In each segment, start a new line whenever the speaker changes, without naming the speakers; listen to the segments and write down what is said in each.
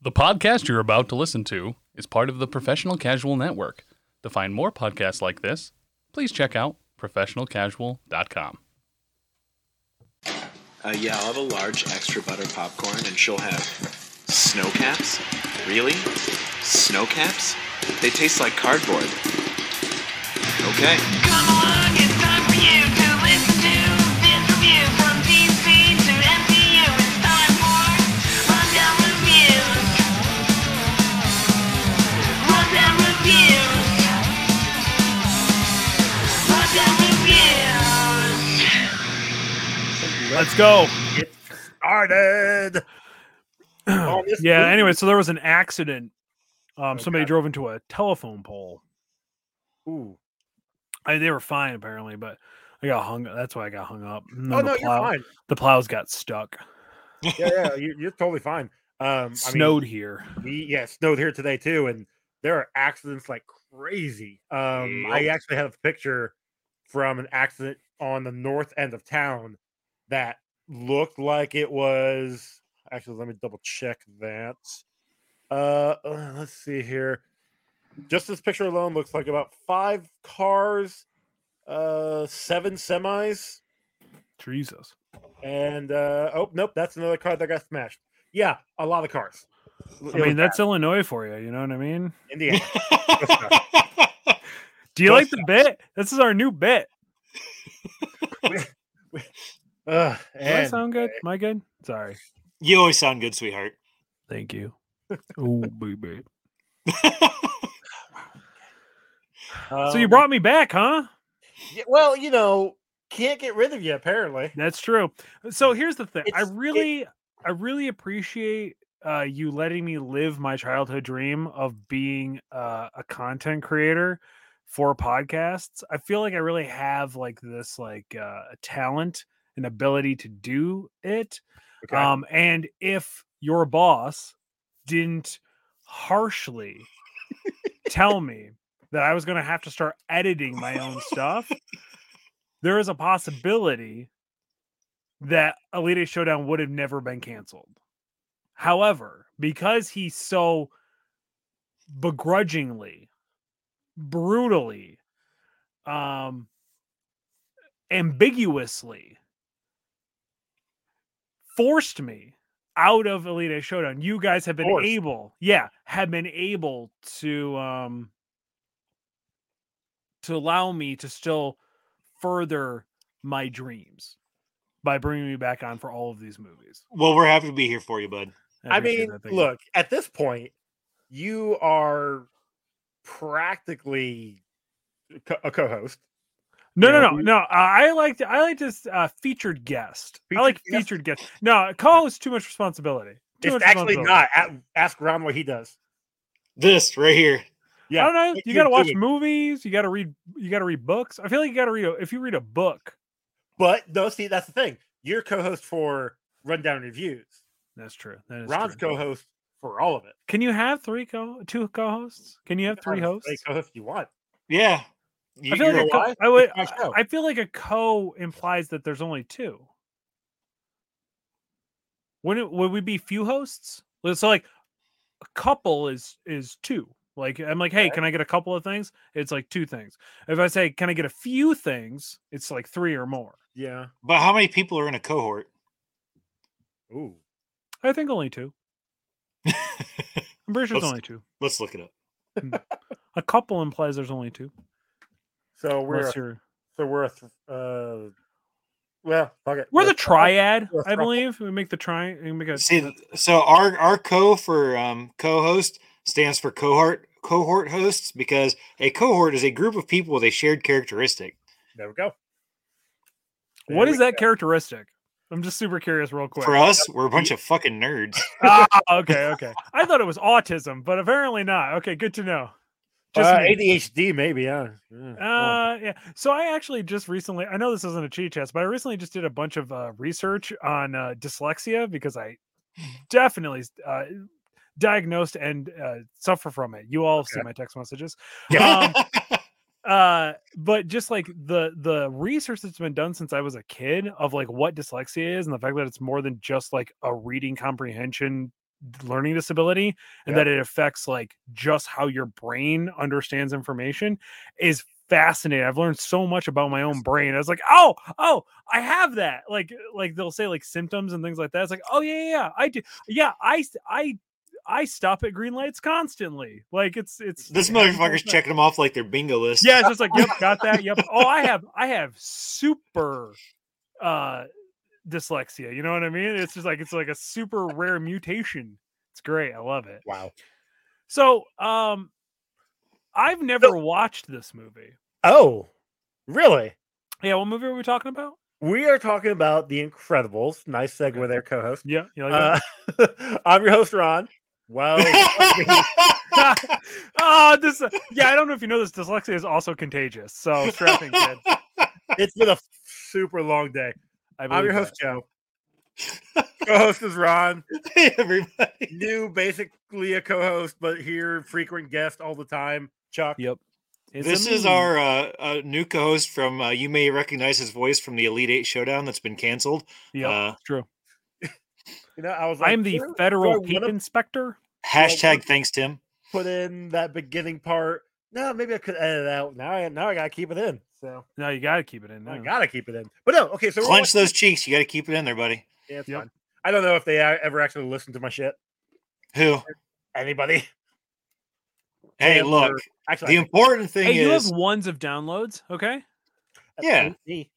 The podcast you're about to listen to is part of the Professional Casual Network. To find more podcasts like this, please check out professionalcasual.com.
Uh, yeah, I'll have a large extra butter popcorn, and she'll have snow caps. Really? Snow caps? They taste like cardboard. Okay.
Come along, it's time for you to listen to this review from PC to MCU. It's time for Rundown Reviews. Rundown Reviews. Rundown Reviews.
Let's go.
started. Oh,
Yeah. Anyway, so there was an accident. Um, somebody drove into a telephone pole.
Ooh.
I, they were fine apparently, but I got hung. That's why I got hung up. And
Oh
then
no,
the,
you're
plow,
fine.
the plows got stuck.
Yeah, yeah, you're, you're totally fine. Um,
Snowed here.
I mean, we, yeah, it snowed here today too, and there are accidents like crazy. Um, I
Yep.
actually have a picture from an accident on the north end of town that looked like it was. Actually, let me double check that. Uh, uh, let's see here. Just this picture alone looks like about five cars, uh, seven semis.
Jesus.
And uh, oh nope, that's another car that got smashed. Yeah, a lot of cars. L-
I
it was
mean, that's Illinois for you. You know what I mean?
Indiana.
Do you
Those
like the bit? This is our new bit.
Ugh,
Do I
and
sound good? Am I good? Sorry.
you always sound good, sweetheart.
Thank you. Oh, baby. So you
um,
brought me back, huh?
yeah, well, you know, can't get rid of you apparently.
That's true. So here's the thing. I
It's- it-
really I really appreciate uh you letting me live my childhood dream of being uh, a content creator for podcasts. I feel like I really have like this like uh talent and ability to do it.
Okay.
Um and if your boss didn't harshly tell me that I was going to have to start editing my own stuff, there is a possibility that Elite Showdown would have never been canceled. However, because he so begrudgingly, brutally, um, ambiguously forced me out of Elite Showdown, you guys have been
Forced.
able, yeah, have been able to um to allow me to still further my dreams by bringing me back on for all of these movies.
well, we're happy to be here for you, bud.
I
appreciate
mean,
that, thank you.
look, at this point, you are practically co- a co-host.
no, no,
know,
no,
we-
no. Uh, I like to- I like this uh, featured guest. I
Featured
like
guest?
featured guest. No, call is too much responsibility. Too much
it's actually
responsibility.
not. A- ask Ron what he does.
This right here.
Yeah,
I don't know.
what
You
you're
got to watch
doing.
movies. You got to read. You got to read books. I feel like you got to read. A, if you read a book,
But no, see, that's the thing. You're co-host for Rundown Reviews.
that's true. That is
Ron's
true.
co-host for all of it. Um,
Can you have three co two co-hosts? Can you have three
Honestly,
hosts?
co-hosts you want.
Yeah. You,
I feel
you're
like a
alive.
co- I would.
my show.
I feel like a co implies that there's only two. Wouldn't it- would we be few hosts? Well, So like a couple is is two. Like I'm like, hey, can I get a couple of things? It's like two things. If I say, can I get a few things? It's like three or more.
Yeah.
but how many people are in a cohort?
Ooh.
I think only two. I'm pretty sure it's only two.
Let's look it up.
A couple implies there's only two.
So we're
Unless
a-
you're,
so we're a th- uh well fuck it.
we're the
Let's-
triad,
we're a
I
thruple.
believe. We make the tri. We make a
See, so our our co for um, co-host stands for cohort cohort hosts because a cohort is a group of people with a shared characteristic.
There we go.
What
There
is
we
that characteristic? I'm just super curious, real quick.
For us, we're a bunch of fucking nerds.
ah, okay, okay. I thought it was autism, but apparently not. Okay, good to know.
go.
Just
Uh,
me.
ADHD maybe, yeah. Yeah, well,
Uh, yeah. So I actually just recently, I know this isn't a cheat test, but I recently just did a bunch of uh, research on uh, dyslexia because I definitely uh, diagnosed and uh, suffer from it. You all see my text messages. Um, uh but just like the the research that's been done since i was a kid of like what dyslexia is and the fact that it's more than just like a reading comprehension learning disability and
Yep.
that it affects like just how your brain understands information is fascinating. I've learned so much about my own brain. I was like, oh, oh, I have that. Like, like they'll say like symptoms and things like that. It's like, oh yeah, yeah, yeah, I do. Yeah, I, s- I, I stop at green lights constantly. Like it's, it's
This motherfucker's checking them off like their bingo list.
yeah, it's just like, yep, got that. Yep. Oh, I have I have super uh dyslexia. You know what I mean? It's just like it's like a super rare mutation. It's great. I love it.
Wow.
So, um I've never watched this movie.
Oh, really?
Yeah, what movie are we talking about?
We are talking about The Incredibles. Nice segue there, co-host.
Yeah, you like that?
Uh, I'm your host, Ron. Well,
Ah, this yeah, I don't know if you know this dyslexia is also contagious. So, strapping kid.
it's been a super long day.
I believe
I'm your
that.
host, Joe. co-host is Ron.
Hey, everybody.
New, basically a co-host, but here frequent guest all the time. Chuck.
Yep. It's a
This is
me.
our uh, uh, new co-host from. Uh, you may recognize his voice from the Elite Eight Showdown that's been canceled.
Yep,
uh,
true.
You know, I was. Like,
I am the
"Where do I
federal
wanna
peep inspector.
Hashtag thanks Tim.
Put in that beginning part. No, maybe I could edit it out. Now I now I gotta keep it in. So
No, you got to keep it in.
I
now.
gotta keep it in. But no, okay. So we're
Clench
watching-
those cheeks. You got to keep it in there, buddy.
Yeah, it's
Yep.
fine. I don't know if they uh, ever actually listen to my shit.
Who?
Anybody?
Hey,
Tim
look.
or- Actually,
The important thing
Hey, you
is
have ones of downloads, okay?
yeah.
me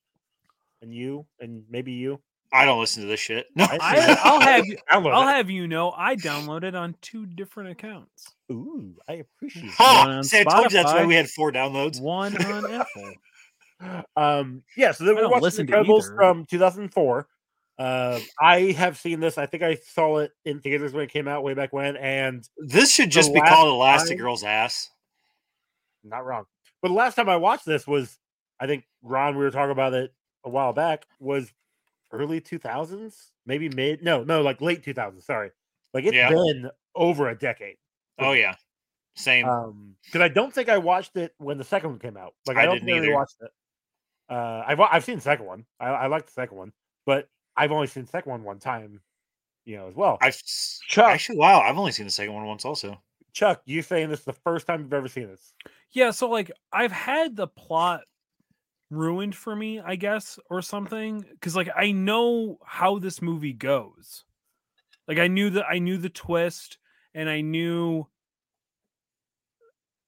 and you and maybe you.
I don't listen to this shit. No,
I, I'll have you,
Download
I'll
it.
have you know, I downloaded on two different accounts.
Ooh, I appreciate. it.
ha!
on
See, I told you that's why
Spotify.
we had four downloads.
One on Apple.
Um, yeah, so then
I
we're
don't
watching
listen
The
to
Incredibles
either.
from 2004. Uh, I have seen this. I think I saw it in theaters when it came out way back when, and
This should just be
last
called Elastigirl's ass.
not wrong. But the last time I watched this was, I think Ron, we were talking about it a while back, was early 2000s, maybe mid, no, no, like late 2000s. Sorry, like it's
Yeah.
been over a decade.
Oh yeah, same.
Uh,
Um, because I don't think I watched it when the second one came out. Like I,
I
don't
didn't
think I
either.
watched it. Uh, I've wa- I've seen the second one. I, I like the second one, but I've only seen the second one one time, you know, as well.
I've s-
Chuck.
actually wow, I've only seen the second one once. Also,
Chuck, you saying this is the first time you've ever seen this?
Yeah, so like I've had the plot ruined for me, I guess, or something. Cause like I know how this movie goes. Like I knew that I knew the twist and I knew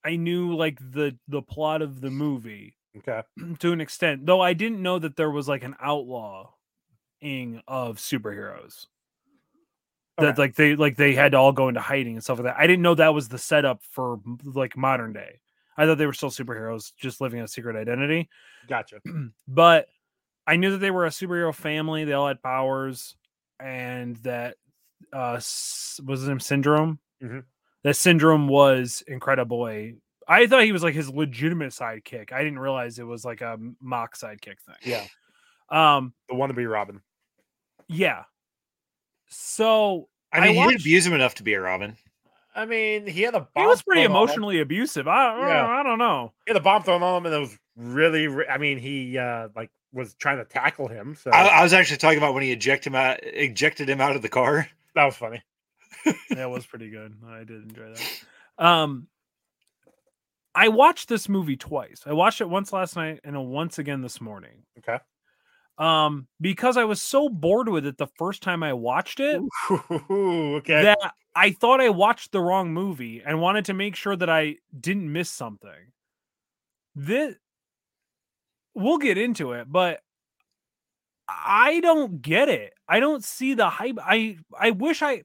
I knew like the the plot of the movie.
Okay,
to an extent, though I didn't know that there was like an outlawing of superheroes. That
Okay.
like they like they had to all go into hiding and stuff like that. I didn't know that was the setup for m- like modern day. I thought they were still superheroes, just living a secret identity.
gotcha.
But I knew that they were a superhero family. They all had powers, and that uh s- was his name syndrome.
Mhm.
That syndrome was Incrediboy. I thought he was like his legitimate sidekick. I didn't realize it was like a m- mock sidekick thing.
Yeah,
Um,
the one to be Robin.
yeah. So
I
I
mean, he didn't
watched-
abuse him enough to be a Robin.
I mean, he had a bomb.
he was pretty
thrown on him-
emotionally abusive. I,
Yeah.
I don't know.
He had a bomb thrown on him, and it was really. re- I mean, he uh like was trying to tackle him, so
I, I was actually talking about when he ejected him out, ejected him out of the car.
that was funny.
that was pretty good. I did enjoy that. Um, I watched this movie twice. I watched it once last night and then once again this morning.
Okay.
Um, because I was so bored with it the first time I watched it
okay.
that I thought I watched the wrong movie and wanted to make sure that I didn't miss something. This we'll get into it, but I don't get it. I don't see the hype. I I wish I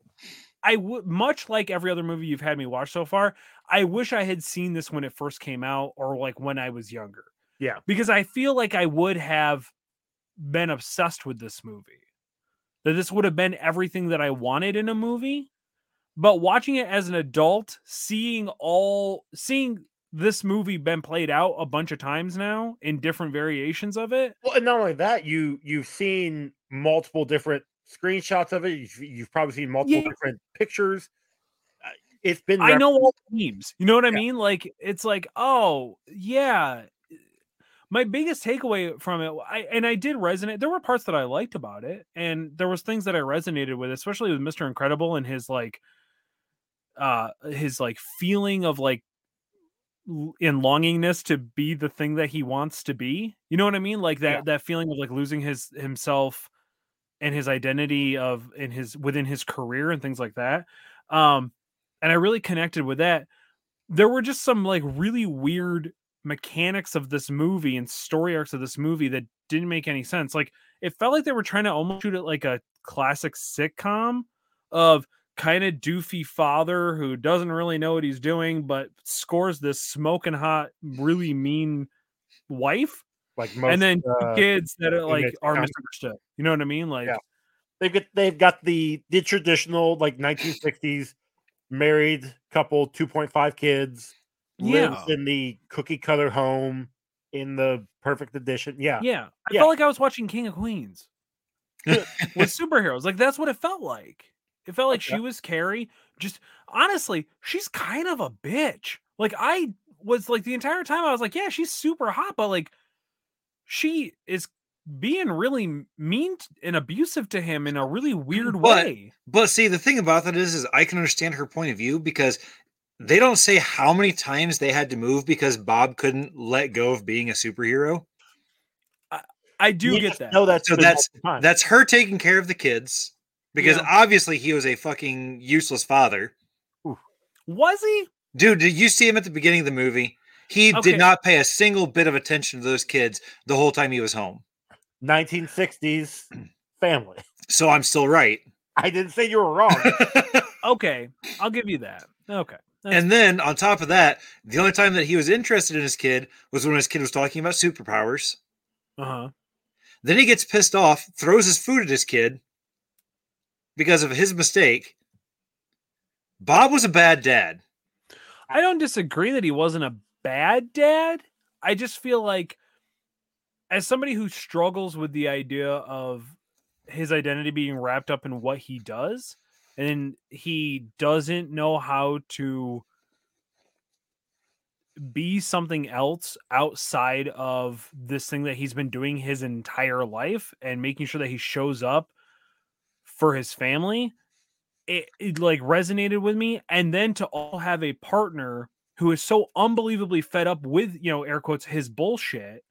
I would much like every other movie you've had me watch so far. I wish I had seen this when it first came out or like when I was younger.
Yeah.
Because I feel like I would have been obsessed with this movie. That this would have been everything that I wanted in a movie. But watching it as an adult, seeing all seeing this movie been played out a bunch of times now in different variations of it.
Well, and not only that, you you've seen multiple different screenshots of it. You've, you've probably seen multiple
Yeah.
different pictures. Uh, It's been.
I
rep-
know all the memes. You know what I
Yeah.
mean? Like it's like, oh yeah. my biggest takeaway from it I, and i did resonate there were parts that i liked about it and there was things that i resonated with especially with mr incredible and his like uh his like feeling of like l- in longingness to be the thing that he wants to be you know what i mean like that
Yeah.
that feeling of like losing his himself and his identity of in his within his career and things like that um and i really connected with that there were just some like really weird mechanics of this movie and story arcs of this movie that didn't make any sense. Like it felt like they were trying to almost shoot it like a classic sitcom of kind of doofy father who doesn't really know what he's doing but scores this smoking hot, really mean wife,
Like most,
and then
uh,
kids that are, like
it's
are
kind of-
misunderstood. You know what I mean? Like
Yeah. they've got they've got the the traditional like 1960s married couple, 2.5 kids, lives in the cookie cutter home in the perfect edition. Yeah,
Yeah. I
Yeah.
felt like I was watching King of Queens with superheroes. Like that's what it felt like. It felt like
Okay.
she was Carrie. Just honestly, she's kind of a bitch. Like I was like the entire time I was like, yeah, she's super hot, but like she is being really m- mean t- and abusive to him in a really weird
But-
way.
But see, the thing about that is, is I can understand her point of view because they don't say how many times they had to move because Bob couldn't let go of being a superhero.
I do
You
get
just
that.
know that's
So
been
that's-
all the time.
That's her taking care of the kids because
Yeah.
obviously he was a fucking useless father.
Was he?
Dude, did you see him at the beginning of the movie? He
Okay.
did not pay a single bit of attention to those kids the whole time he was home.
1960s family.
So I'm still right.
I didn't say you were wrong.
Okay. I'll give you that. Okay. That's-
and then on top of that, the only time that he was interested in his kid was when his kid was talking about superpowers.
uh-huh.
Then he gets pissed off, throws his food at his kid because of his mistake. Bob was a bad dad.
I don't disagree that he wasn't a bad dad. I just feel like, as somebody who struggles with the idea of his identity being wrapped up in what he does, and he doesn't know how to be something else outside of this thing that he's been doing his entire life and making sure that he shows up for his family it, it like resonated with me and then to all have a partner who is so unbelievably fed up with you know air quotes his bullshit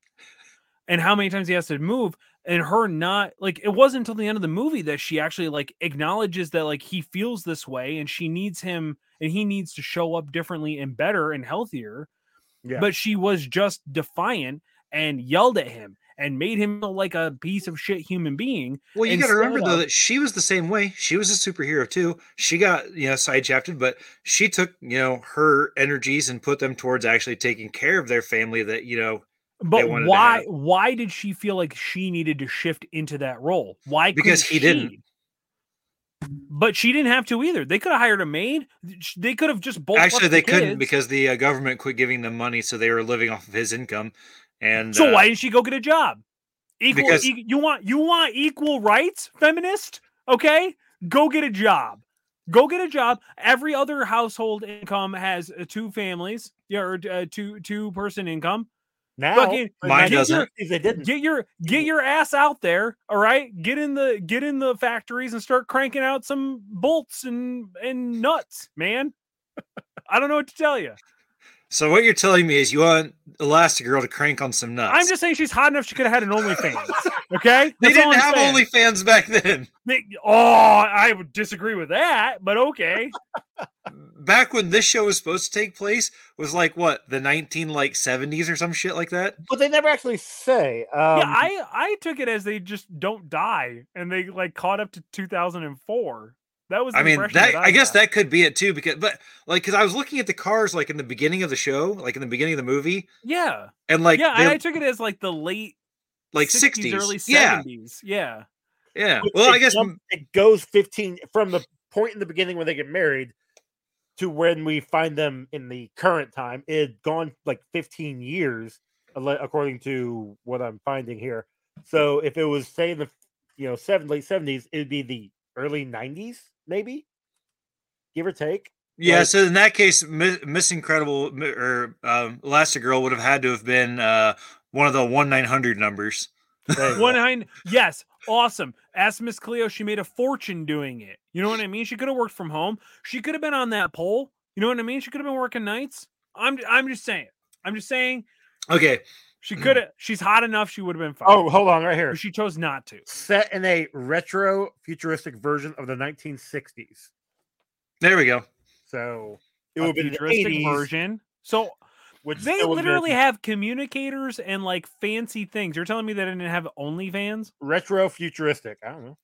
and how many times he has to move and her not like it wasn't until the end of the movie that she actually like acknowledges that like he feels this way and she needs him and he needs to show up differently and better and healthier
Yeah.
but she was just defiant and yelled at him and made him feel like a piece of shit human being
Well, you got
Instead
to remember though
of-
that she was the same way. She was a superhero too. She got you know sideshafted, but she took you know her energies and put them towards actually taking care of their family. That you know
But
wanted to
why
have.
why did she feel like she needed to shift into that role? Why
Because
couldn't
he didn't.
she? But she didn't have to either. They could have hired a maid. Sh- They could have just both left
actually
the
they couldn't
kids.
because the uh, government quit giving them money, so they were living off of his income. And
So
uh,
why didn't she go get a job? Equal
Because-
e- you want you want equal rights, feminist? Okay? Go get a job. Go get a job. Every other household income has uh, two families, yeah, or uh, two two person income.
now
Fucking-
in
Mine
1960s,
doesn't.
They didn't.
get your get your ass out there all right get in the get in the factories and start cranking out some bolts and and nuts man i don't know what to tell you
So what you're telling me is you want Elastigirl to crank on some nuts.
i'm just saying she's hot enough she could have had an onlyfans okay
they
That's all I'm
didn't have
saying.
OnlyFans back then.
They- oh i would disagree with that but okay
Back when this show was supposed to take place was like what the 19 like 70s or some shit like that.
But they never actually say. Um,
yeah i i took it as they just don't die and they like caught up to 2004 that was the
I mean,
impression
that,
that
I, guess
got.
that could be it too, because but like because I was looking at the cars like in the beginning of the show, like in the beginning of the movie,
yeah
and like
yeah
they,
and i took it as like the late
like
60s,
60s,
early
yeah,
70s yeah
yeah.
But
Well,
it
I guess
jump- it goes 15 from the point in the beginning when they get married to when we find them in the current time. It had gone like 15 years, ale- according to what I'm finding here. So if it was say in the you know seven late 70s, it'd be the early 90s, maybe, give or take.
yeah.
like-
so in that case, Mi- Miss Incredible Mi- or um, Elastigirl would have had to have been uh, one of the one nine hundred numbers.
There you
One
go.
hind, yes, awesome. Ask Miss Cleo. She made a fortune doing it. You know what I mean? She could have worked from home. She could have been on that pole. You know what I mean? She could have been working nights. I'm I'm just saying. I'm just saying
Okay,
she could have. She's hot enough. She would have been fine.
Mm. Oh, hold on, right here.
but she chose not to.
Set in a retro futuristic version of the 1960s.
there we go.
So
It
it
would
would be the
futuristic
80s,
version. So
Which
they
still would've been
literally have communicators and like fancy things. You're telling me they didn't have OnlyFans?
retro futuristic. I don't know.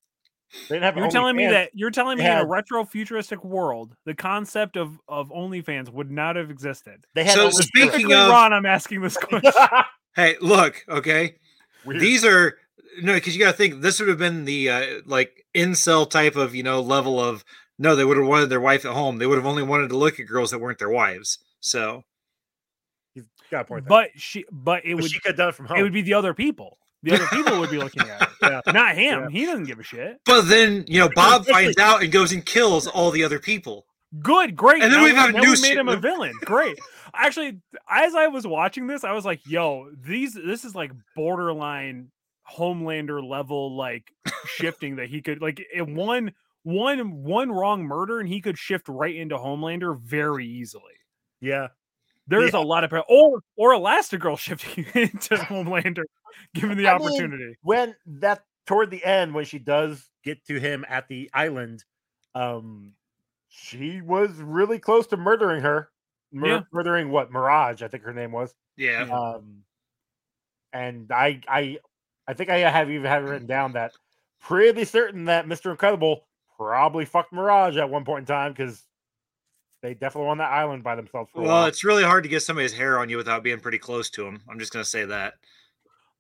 They didn't have
You're telling me
OnlyFans.
that you're telling me
They
in a
had-
retro futuristic world, the concept of of OnlyFans would not have existed.
they had
So
only-
speaking
Specifically,
of-
Ron, I'm asking this question.
Hey, look. Okay,
Weird.
these are no, because you got to think this would have been the uh, like incel type of you know level of no, they would have wanted their wife at home. They would have only wanted to look at girls that weren't their wives. So
You've got a point. there.
but she, but it
But
would,
she could have done it from home.
it would be the other people. The other people would be looking at it,
Yeah.
not him. He doesn't give a shit.
But then you know Bob
especially-
finds out and goes and kills all the other people.
Good, great.
And then
now
we
we
have
now
new
we made
shit.
him a villain. Great. Actually, as I was watching this, I was like, "Yo, these this is like borderline Homelander level like shifting that he could like it one one one wrong murder and he could shift right into Homelander very easily."
yeah.
There's a lot of par- or or Elastigirl shifting into Homelander given the
I mean,
opportunity.
When that toward the end, when she does get to him at the island, um, she was really close to murdering her. Mur-
Yeah.
Murdering what? Mirage, I think her name was.
Yeah,
Um, and I, I, I think I have even have it written down that pretty certain that Mister Incredible probably fucked Mirage at one point in time because they definitely were on that island by themselves
Oh,
for a
Well,
while.
it's really hard to get somebody's hair on you without being pretty close to him. I'm just gonna say that.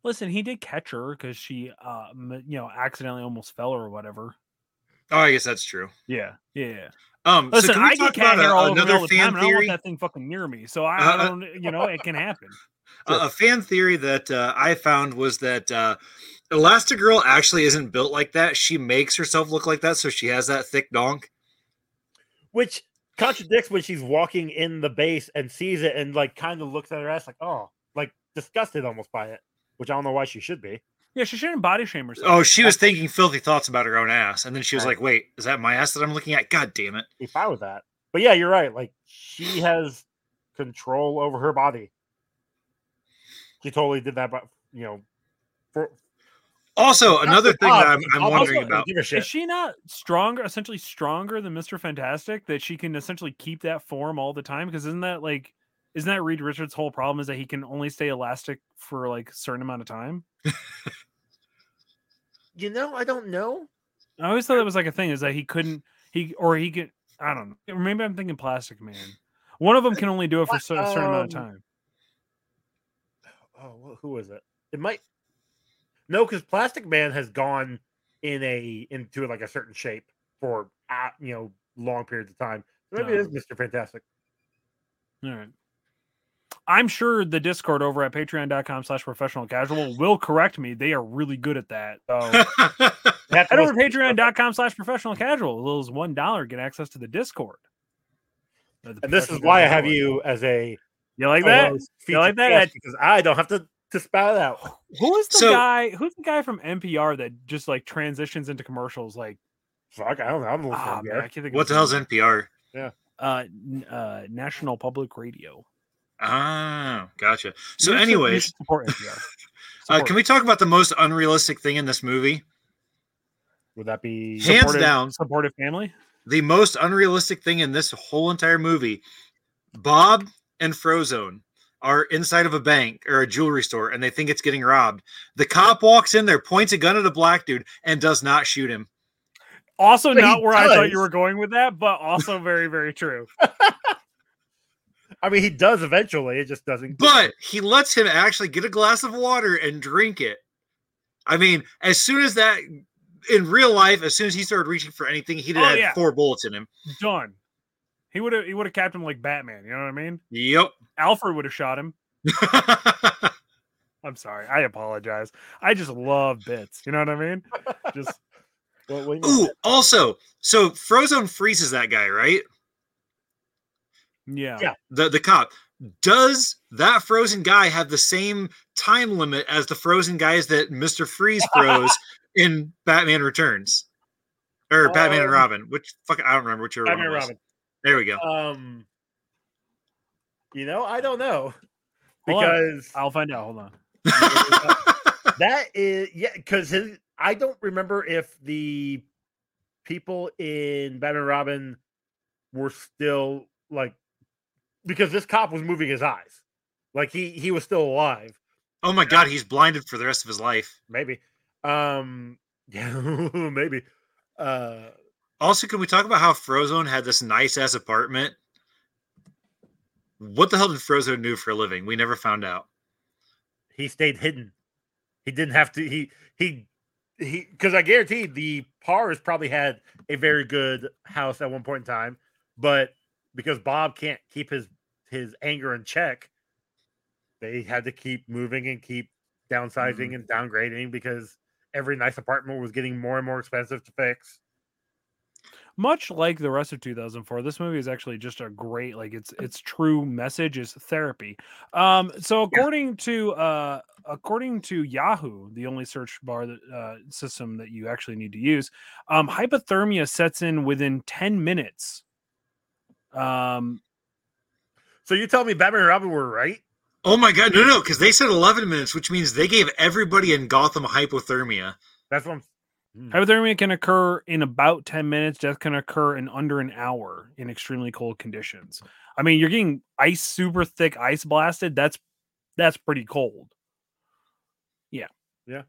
Listen, he did catch her because she, uh, m- you know, accidentally almost fell or whatever.
Oh, I guess that's true.
Yeah, yeah. yeah.
Um, so
Listen,
can we
I get
talk
cat
about
hair
a,
all over me all
another
the
fan
time, and I don't want
theory?
that thing fucking near me. So I,
Uh,
I don't, you know, it can happen.
A, a fan theory that uh, I found was that uh, Elastigirl actually isn't built like that. She makes herself look like that, so she has that thick donk.
which contradicts when she's walking in the base and sees it and like kind of looks at her ass like oh like disgusted almost by it which i don't know why she should be
Yeah, she shouldn't body shame herself.
Oh, she was thinking filthy thoughts about her own ass, and then she was
Right.
like, "Wait, is that my ass that I'm looking at? God damn it!"
be fine with that but yeah you're right like she has control over her body she totally did that but you know for,
Also, another
for
thing
Bob,
that I'm, I'm
Bob
wondering
doesn't
about.
give a shit.
Is she not stronger, essentially stronger than Mister Fantastic, that she can essentially keep that form all the time? Because isn't that like, isn't that Reed Richards' whole problem is that he can only stay elastic for like a certain amount of time?
you know i don't know
I always thought that was like a thing is that he couldn't he or he could I don't know. Or Maybe I'm thinking Plastic Man. One of them can only do it for a cer- a certain amount of
Um,
time.
oh wh- who is it it might no because plastic man has gone in a into like a certain shape for uh, you know long periods of time maybe it is
Oh.
mr fantastic
All right. I'm sure the Discord over at patreon.com slash professional casual will correct me. They are really good at that. So
You have to
head over to
listen to stuff.
patreon.com slash professional casual. As little as one dollar get access to the Discord. Uh, the
And this is
professional
why I
casual
have
Discord.
you Oh, as a
You like that?
fellow
You like
featured
that?
guest because I don't have to to spout it out.
Who is the
So-
guy who's the guy from NPR that just like transitions into commercials like
Fuck, I don't know. I'm listening.
ah, man, I
man.
can't think of
what
his
the hell's
name.
NPR?
uh, n- uh, National Public Radio.
Ah, gotcha. So,
You should- you
anyways,
should support NPR.
Uh,
Support
can we talk about the most unrealistic thing in this movie?
Would that be
Hands
supportive-
down.
supportive family.
The most unrealistic thing in this whole entire movie Bob and Frozone are inside of a bank or a jewelry store and they think it's getting robbed. The cop walks in there, points a gun at a black dude, and does not shoot him.
Also,
But he
not where I thought you
does.
were going with that, but also very, very true.
I mean, he does eventually. It just doesn't.
But he lets him actually get a glass of water and drink it. I mean, as soon as that in real life, as soon as he started reaching for anything, he'd have
Oh,
had
yeah.
four bullets in him.
Done. He would have. He would have capped him like Batman. You know what I mean?
Yep.
Alfred would have shot him. I'm sorry. I apologize. I just love bits. You know what I mean? Just
Well, when you-
Ooh, also, so Frozone freezes that guy, right?
yeah.
Yeah.
The the cop. Does that frozen guy have the same time limit as the frozen guys that Mr. Freeze froze in Batman Returns? Or Batman and
Um,
Robin? Which fuck I don't remember which one.
Batman
it was.
Robin.
There we go.
Um, you know, I don't know
Hold on.
because
I'll find out. Hold on.
that is yeah. Because I don't remember if the people in Batman and Robin were still like because this cop was moving his eyes, like he he was still alive.
oh my god, he's blinded for the rest of his life.
Maybe, um, yeah, maybe. Uh,
Also, can we talk about how Frozone had this nice ass apartment? What the hell did Frozone do for a living? We never found out.
he stayed hidden. He didn't have to. He he he. Because I guarantee the Pars probably had a very good house at one point in time, but because Bob can't keep his his anger in check, they had to keep moving and keep downsizing and downgrading because every nice apartment was getting more and more expensive to fix.
Much like the rest of 2004, this movie is actually just a great like it's its true message is therapy. Um, so according to uh, according to Yahoo, the only search bar that uh, system that you actually need to use, um, hypothermia sets in within 10 minutes. Um,
So you tell me Batman and Robin were right?
Oh my god, no, no, because they said 11 minutes, which means they gave everybody in Gotham hypothermia.
That's what I'm. hmm.
Hypothermia can occur in about 10 minutes. Death can occur in under an hour in extremely cold conditions. I mean, you're getting ice super thick ice blasted. That's that's pretty cold. Yeah.
Yeah.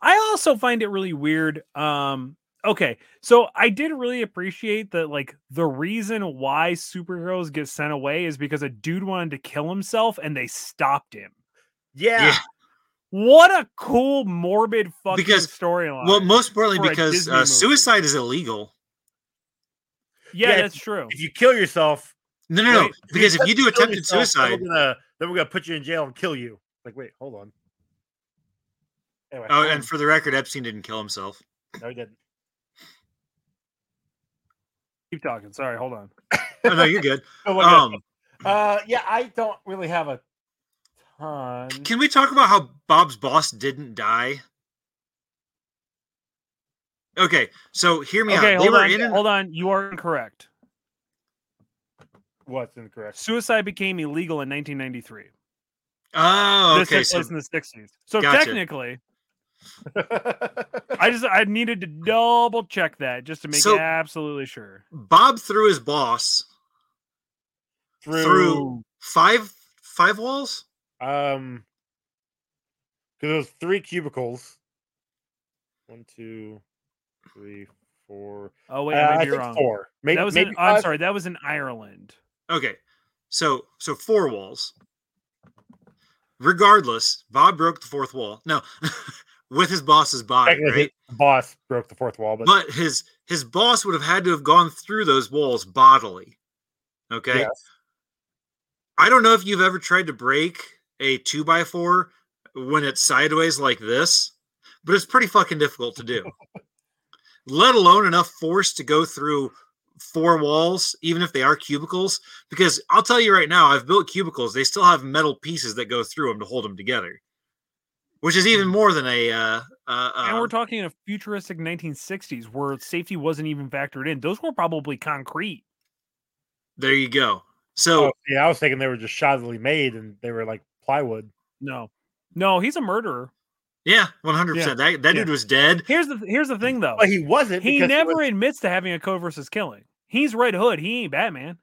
I also find it really weird. Um okay, so I did really appreciate that like the reason why superheroes get sent away is because a dude wanted to kill himself and they stopped him.
Yeah.
What a cool morbid fucking
Because-
storyline.
Well, most importantly,
For a
because
Disney
uh,
movie.
suicide is illegal.
yeah,
yeah,
that's true.
If you kill yourself,
No, no, no.
Wait,
Because if you do
kill
attempted
yourself,
suicide,
then we're, gonna, then we're gonna put you in jail and kill you. Like, wait, hold on. Anyway,
oh,
hold
and
on.
for the record, Epstein didn't kill himself.
no, he didn't.
Keep talking. Sorry, hold on.
Oh, no, you're good.
Oh, my God.
Um,
uh, yeah, I don't really have a ton.
can we talk about how Bob's boss didn't die? Okay, so hear me
okay,
out. They
hold
were
on.
in an
Hold on. You are incorrect.
What's incorrect?
Suicide became illegal in 1993.
Oh,
this
okay.
took
So,
place in the 60s. So
Gotcha.
technically, I just I needed to double check that just to make
So-
absolutely sure.
Bob threw his boss through five five walls.
um, because it was three cubicles. One, two, three, four.
Oh wait,
Uh, I
maybe
think
you're wrong.
four. Maybe
that was
maybe
in, I'm
five.
sorry, that was in Ireland.
Okay, so so four walls. Regardless, Bob broke the fourth wall. No, with his boss's body,
Technically,
right?
the boss broke the fourth wall, but,
But his his boss would have had to have gone through those walls bodily. Okay.
Yes.
I don't know if you've ever tried to break a two by four when it's sideways like this, but it's pretty fucking difficult to do. Let alone enough force to go through four walls, even if they are cubicles. Because I'll tell you right now, I've built cubicles; they still have metal pieces that go through them to hold them together, which is even more than a. Uh, uh,
Hmm. and
uh,
we're talking a futuristic 1960s where safety wasn't even factored in. Those were probably concrete.
there you go. So
Oh, yeah, I was thinking they were just shoddily made and they were like plywood.
No. No, he's a murderer.
Yeah, one hundred percent. That that
yeah.
dude was dead.
Here's the here's the thing though.
But he wasn't.
he
because
never
was-
admits to having a code versus killing. He's Red Hood. He ain't Batman.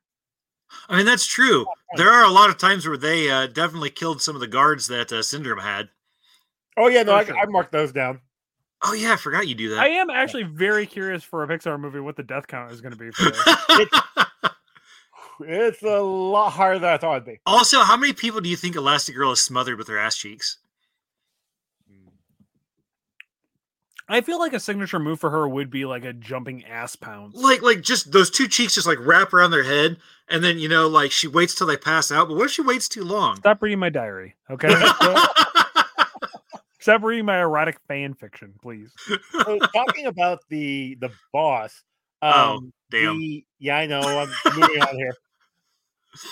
I mean, that's true.
point.
There are a lot of times where they uh, definitely killed some of the guards that uh, Syndrome had.
oh yeah, no,
for
I,
sure.
I marked those down.
Oh yeah, I forgot you do
I
that.
am actually very curious for a Pixar movie what the death count is going to be for this.
It's a lot higher than I thought it'd be.
also, how many people do you think Elastigirl is smothered with her ass cheeks?
I feel like a signature move for her would be like a jumping ass pounce.
Like, like just those two cheeks just like wrap around their head, and then you know, like she waits till they pass out. But what if she waits too long?
Stop reading my diary, okay? Stop reading my erotic fan fiction, please.
So talking about the the boss. Um,
Oh, Damn.
The, yeah, I know. I'm moving on here.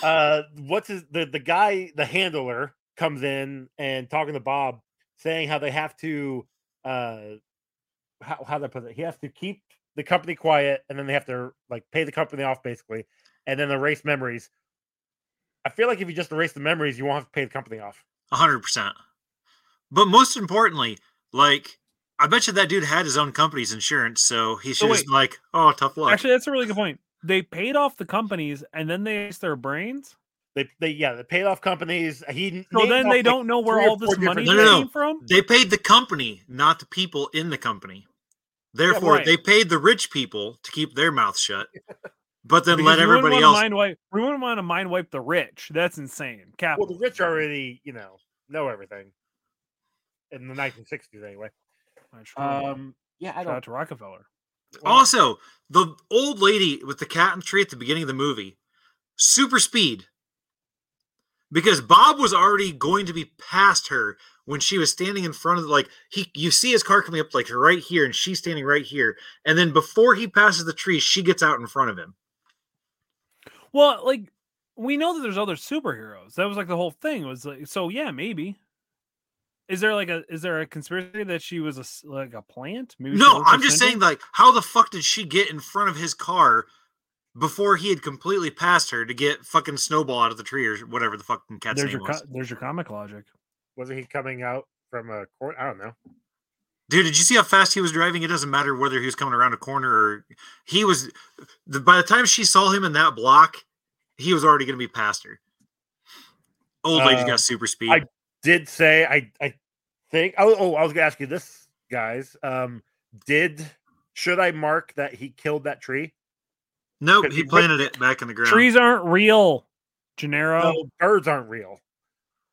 uh what's his the, the guy the handler comes in and talking to bob saying how they have to uh how how they put it he has to keep the company quiet and then they have to like pay the company off basically and then erase memories i feel like if you just erase the memories you won't have to pay the company off
hundred percent. But most importantly, like I bet you that dude had his own company's insurance, so he should just
wait.
be like, oh, tough luck.
Actually, that's a really good point. They paid off the companies and then they iced their brains.
they they yeah they paid off companies he n-
So
named
then
off,
they
like,
don't know where
three or
all this
four
money
different-
No, no, no.
came from.
they paid the company, not the people in the company. Therefore,
right.
they paid the rich people to keep their mouth shut, but
Because
then let
we wouldn't
everybody
wanna
else.
Mind wipe, we wouldn't want to mind wipe the rich. That's insane. Capital.
well the rich already you know know everything in the 1960s anyway um yeah i
Shout out
don't
to Rockefeller.
well,
Also, the old lady with the cat in the tree at the beginning of the movie, super speed. Because Bob was already going to be past her when she was standing in front of like he you see his car coming up like right here and she's standing right here. And then before he passes the tree, she gets out in front of him.
Well, like we know that there's other superheroes. That was like the whole thing was like so yeah, maybe. Is there like a is there a conspiracy that she was a s- like a plant? Maybe she
No,
worked
I'm
with
just
Sentry?
saying like how the fuck did she get in front of his car before he had completely passed her to get fucking snowball out of the tree or whatever the fucking cat's
there's
name
your
was.
co- there's your comic logic.
wasn't he coming out from a court i don't know
Dude, did you see how fast he was driving? It doesn't matter whether he was coming around a corner or he was. The, by the time she saw him in that block, he was already going to be past her. Old lady's
Uh,
got super speed.
did say I I think oh, oh I was gonna ask you this guys um did should I mark that he killed that tree
nope,
could
he
be-
planted it back in the ground.
Trees aren't real, Gennaro.
no birds aren't real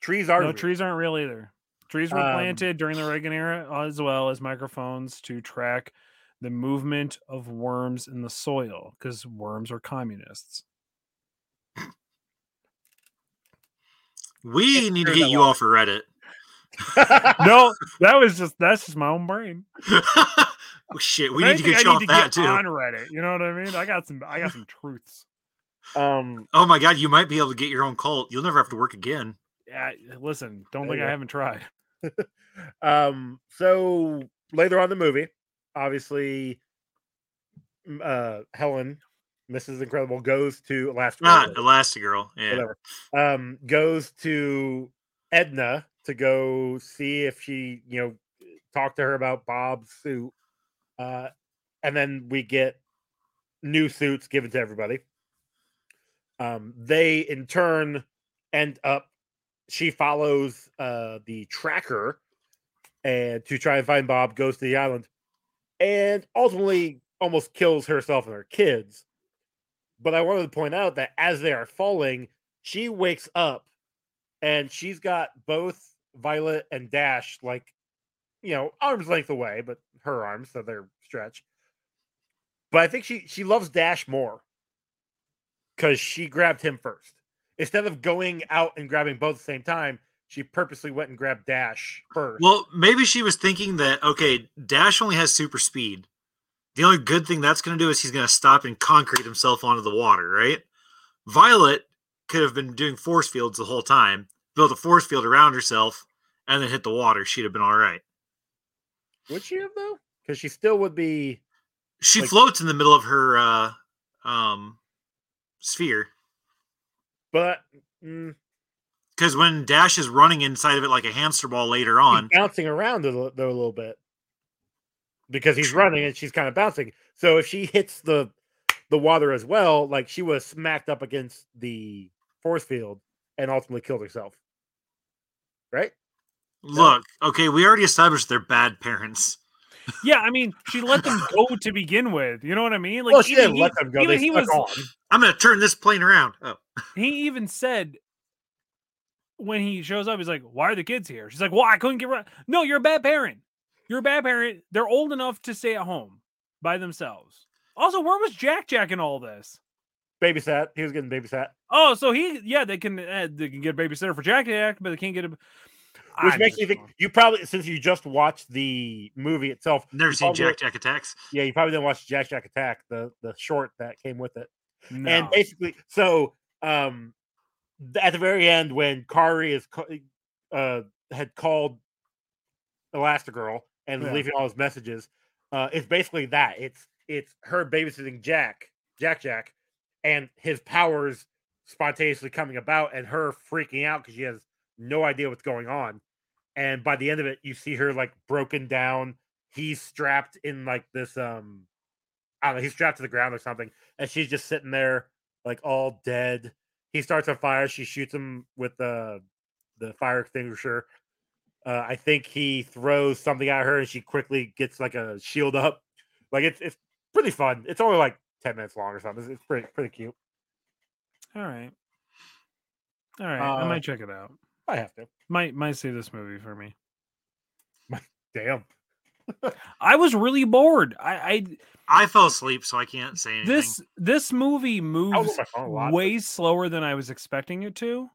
trees are
No,
real.
trees aren't real either. Trees were
Um,
planted during the Reagan era as well as microphones to track the movement of worms in the soil because worms are communists.
we need to
true,
get
that
you all for Reddit.
no, that was just that's just my own brain.
Well, Oh, Shit, we need to get you off that too.
on Reddit. You know what I mean? I got some. I got some truths.
um
Oh my god, you might be able to get your own cult. You'll never have to work again.
Yeah, listen. Don't
There
think
you
I
go.
haven't tried.
um so later on in the movie obviously m- uh Helen Mrs Incredible goes to last
Not Ah, Elastigirl. Yeah.
whatever. Um, goes to Edna to go see if she, you know, talk to her about Bob's suit. Uh, and then we get new suits given to everybody. Um, they in turn end up. She follows uh, the tracker and to try and find Bob. Goes to the island and ultimately almost kills herself and her kids. But I wanted to point out that as they are falling, she wakes up and she's got both Violet and Dash like you know arms length away, but her arms, so they're stretched. But I think she she loves Dash more because she grabbed him first. Instead of going out and grabbing both at the same time, she purposely went and grabbed Dash first.
Well, maybe she was thinking that okay, Dash only has super speed. The only good thing that's going to do is he's going to stop and concrete himself onto the water, right? Violet could have been doing force fields the whole time, build a force field around herself, and then hit the water. She'd have been all right.
would she have though? Because she still would be
She
Like-
floats in the middle of her uh, um, sphere
but mm,
because when Dash is running inside of it like a hamster ball later on,
He's bouncing around a, li- though a little bit because he's running and she's kind of bouncing. So if she hits the the water as well, like she was smacked up against the force field and ultimately killed herself. Right?
look, okay, we already established they're bad parents.
Yeah, I mean, she let them go to begin with. You know what I mean? Like,
well, she
even
didn't
he-
let them go. They
Even he
stuck
was.
on.
I'm going to turn this plane around. Oh,
He even said when he shows up, he's like, "Why are the kids here?" She's like, "Well, I couldn't get right." No, you're a bad parent. You're a bad parent. They're old enough to stay at home by themselves. Also, where was Jack Jack in all this?
Babysat. He was getting babysat,
Oh, so he yeah they can uh, they can get a babysitter for Jack Jack, but they can't get a.
which
I'm
makes
just
me think
wrong.
you probably since you just watched the movie itself.
never seen
probably-
Jack Jack attacks.
Yeah, you probably didn't watch Jack Jack Attack, the the short that came with it.
No.
and basically so um th- at the very end when Kari is ca- uh had called Elastigirl and is
Yeah.
leaving all his messages, uh it's basically that. It's it's her babysitting Jack, Jack Jack, and his powers spontaneously coming about and her freaking out because she has no idea what's going on. And by the end of it, you see her like broken down. He's strapped in like this um I don't know, he's strapped to the ground or something, and she's just sitting there like all dead. He starts on fire. She shoots him with the the fire extinguisher. Uh, I think he throws something at her, and she quickly gets like a shield up. Like it's it's pretty fun. It's only like ten minutes long or something. It's, it's pretty pretty cute.
All right. All right. I
Uh,
might check it out.
I have to.
Might might save this movie for me.
Damn.
I was really bored. I, I
I fell asleep, so I can't say anything.
this this movie
I Mm-hmm. was
moves
on my phone a lot.
way slower than I was expecting it to.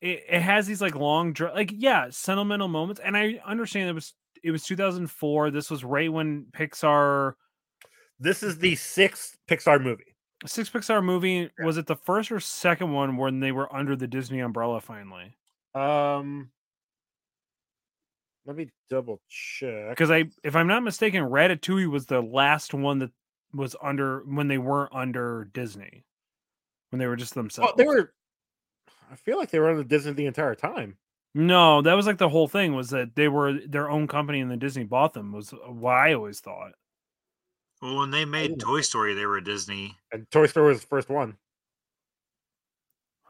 It, it has these like long dra- like yeah sentimental moments, and I understand it was it was 2004. This was right when Pixar
This is the sixth Pixar movie.
six Pixar movie was it the first or second one when they were under the Disney umbrella finally?
Um, let me double check.
Because I if I'm not mistaken, Ratatouille was the last one that was under when they weren't under Disney when they were just themselves.
Well, Oh, they were. I feel like they were on the Disney the entire time.
No, that was like the whole thing was that they were their own company and then Disney bought them was uh, what I always thought.
well, when they made
didn't-
Toy Story, they were Disney.
And Toy Story was the first one.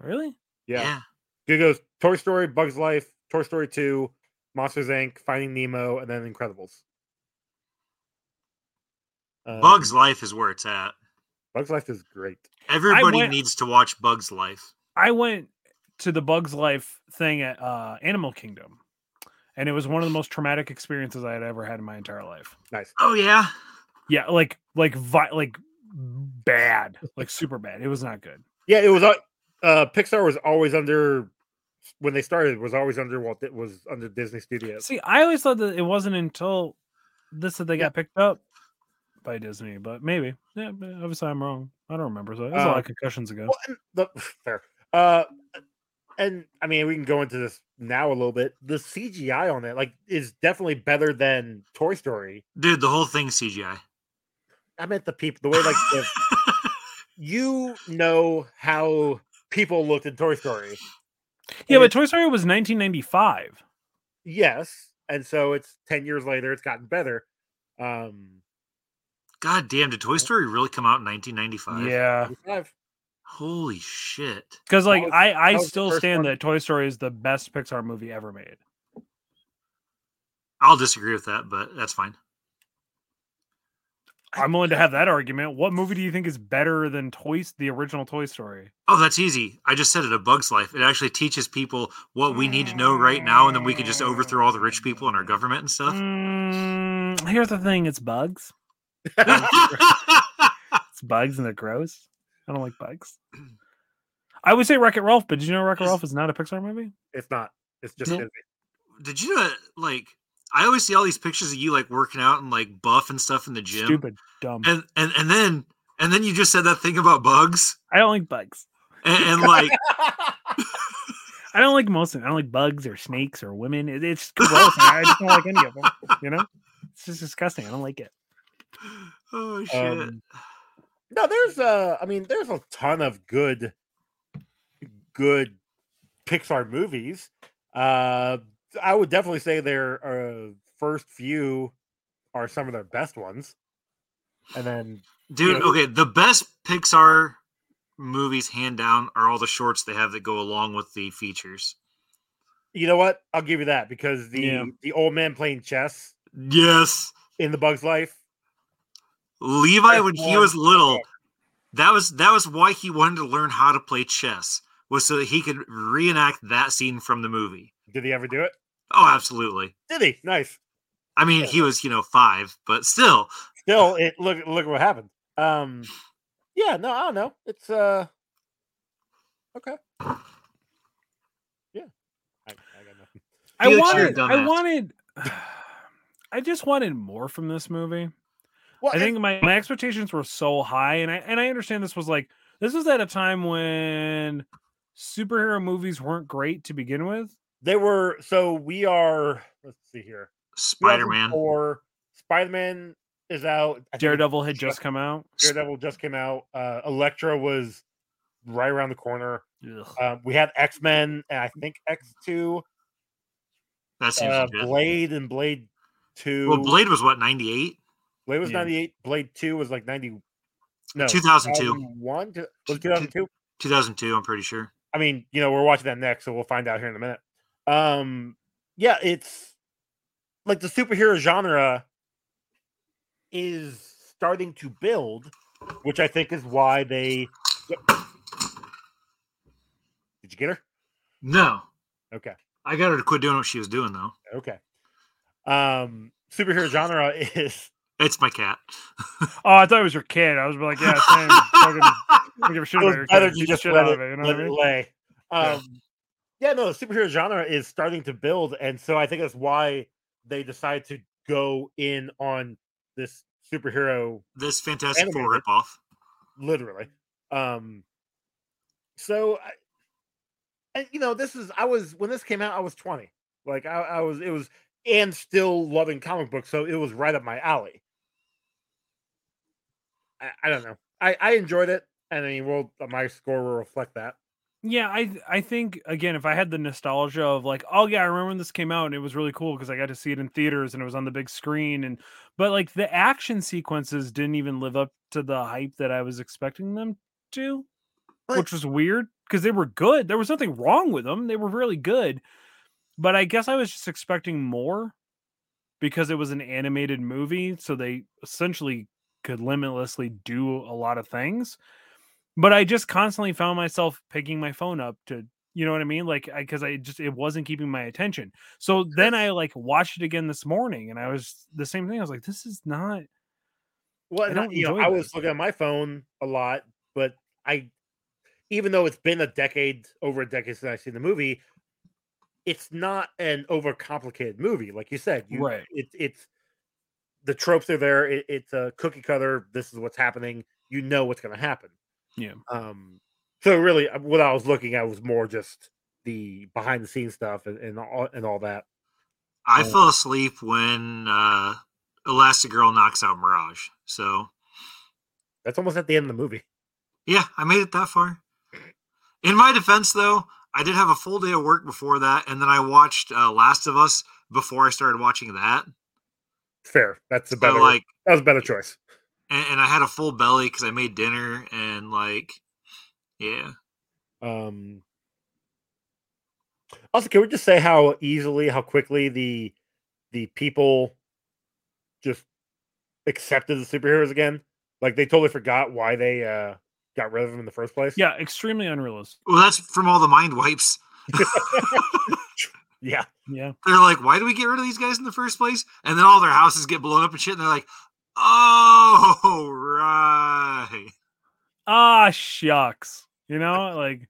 Really?
Yeah. It goes Toy Story, Bugs Life, Toy Story 2, Monsters Inc., Finding Nemo, and then Incredibles. Um,
Bugs Life is where it's at.
Bugs Life is great.
Everybody
went-
needs to watch Bugs Life.
I went to the Bugs Life thing at uh, Animal Kingdom, and it was one of the most traumatic experiences I had ever had in my entire life.
Nice.
Oh yeah,
Yeah, like like vi- like bad, like super bad. It was not good.
Yeah, it was uh, uh Pixar was always under when they started was always under Walt it was under Disney Studios.
See, I always thought that it wasn't until this that they got picked up by Disney, but maybe. Yeah, but obviously I'm wrong. I don't remember. So it was a lot
Um,
of concussions ago.
Well, and the, fair. Uh, and I mean, we can go into this now a little bit. The CGI on it, like, is definitely better than Toy Story.
dude, the whole thing CGI.
I meant the people, the way like the, you know how people looked in Toy Story.
Yeah,
and
but
it-
Toy Story was 1995.
yes, and so it's ten years later. It's gotten better. Um,
God damn, did Toy Story really come out in 1995?
Yeah,
I've-
Holy shit.
because like
was-
I, I
that was the
still
first
stand
one.
that Toy Story is the best Pixar movie ever made.
I'll disagree with that, but that's fine.
I'm willing to have that argument. What movie do you think is better than Toys, the original Toy Story?
Oh, that's easy. I just said it. A Bug's Life. It actually teaches people what we need to know right now, and then we can just overthrow all the rich people and our government and stuff.
Mm, here's the thing: it's bugs. It's bugs, and they're gross. I don't like bugs. I would say Wreck It Ralph, but did you know Wreck It
Is-
Ralph is not a Pixar movie?
it's not. It's just
Nope.
Disney.
Did you know that, like, I always see all these pictures of you, like, working out and, like, buff and stuff in the gym.
Stupid, dumb.
And, and, and then, and then you just said that thing about bugs
I don't like bugs.
and, and like,
I don't like most of them. I don't like bugs or snakes or women. It, it's gross. and I just don't like any of them. You know, it's just disgusting. I don't like it.
oh, shit.
Um, no, there's uh I mean there's a ton of good good Pixar movies. Uh I would definitely say their uh, first few are some of their best ones. And then
Dude,
Yeah.
okay, the best Pixar movies, hand down, are all the shorts they have that go along with the features.
you know what? I'll give you that because the
Yeah.
the old man playing chess
Yes.
in the Bug's Life.
Levi
Yes,
when he
one.
was little, that was that was why he wanted to learn how to play chess was so that he could reenact that scene from the movie.
Did he ever do it?
Oh, absolutely.
Did he? Nice.
I mean, he was, you know, 5, but still.
Still, it look look what happened. Um yeah, no, I don't know. It's uh okay. Yeah. I, I got nothing.
I
Felix, you're a
wanted, I
dumbass.
wanted, I just wanted more from this movie.
Well,
I think my, my expectations were so high, and I and I understand this was like this was at a time when superhero movies weren't great to begin with.
They were so we are. Let's see here.
Spider Man.
Or Spider Man is out. I think
Daredevil had just come out.
Daredevil just came out. Uh, Elektra was right around the corner.
Ugh.
Uh, we had X Men and I think X Two,
That seems
uh,
legit.
Blade and Blade Two.
Well, Blade was what ninety eight,
Blade was
Yeah.
ninety eight. Blade Two was like ninety. No,
two thousand two,
one was
Two-
two thousand two.
two thousand two. I'm pretty sure.
I mean, you know, we're watching that next, so we'll find out here in a minute. Um, yeah, it's like the superhero genre is starting to build, which I think is why they. Did you get her?
No,
Okay,
I got her to quit doing what she was doing though.
okay. Um, superhero genre is
It's my cat.
Oh, I thought it was your kid. I was like, yeah, same. Fucking- don't give a shit about your
It's
kid.
better
Beat
to
the
just
shit
let
out
it,
of it, you know
let
what I
it
mean?
lay. Um, yeah, no, the superhero genre is starting to build, and so I think that's why they decided to go in on this superhero
This Fantastic Four
Animated.
ripoff.
literally. Um, so, I, and you know, this is I was when this came out, I was twenty. Like I, I was, it was, and still loving comic books, so it was right up my alley. I, I don't know. I, I enjoyed it, and I mean, well, my score will reflect that.
Yeah, I th- I think again, if I had the nostalgia of like, oh yeah, I remember when this came out and it was really cool because I got to see it in theaters and it was on the big screen and but like the action sequences didn't even live up to the hype that I was expecting them to,
But-
which was weird because they were good. There was nothing wrong with them; they were really good. But I guess I was just expecting more because it was an animated movie, so they essentially could limitlessly do a lot of things but I just constantly found myself picking my phone up to, you know what I mean? Like, I, cause I just, it wasn't keeping my attention. So then I like watched it again this morning and I was the same thing. I was like, this is not,
Well, and I
don't
you know,
enjoy
I
that.
was looking at my phone a lot, but I, even though it's been a decade, over a decade since I've seen the movie, it's not an overcomplicated movie, like you said. You,
Right.
It, it's the tropes are there. It, it's a cookie cutter. This is what's happening. You know what's going to happen.
Yeah.
Um. So really, uh, what I was looking at was more just the behind the scenes stuff and, and all and all that.
I
Yeah.
fell asleep when uh, Elastigirl knocks out Mirage. So
That's almost at the end of the movie.
yeah, I made it that far. In my defense, though, I did have a full day of work before that, and then I watched uh, Last of Us before I started watching that.
Fair. That's a
But
better.
like,
that was a better choice.
and, and I had a full belly because I made dinner, and like, yeah,
Um, also, can we just say how easily, how quickly the the people just accepted the superheroes again? Like they totally forgot why they uh got rid of them in the first place.
yeah, extremely unrealistic.
well, that's from all the mind wipes.
yeah.
Yeah.
They're like, why do we get rid of these guys in the first place? And then all their houses get blown up and shit, and they're like, oh right.
Ah, shucks. You know, like,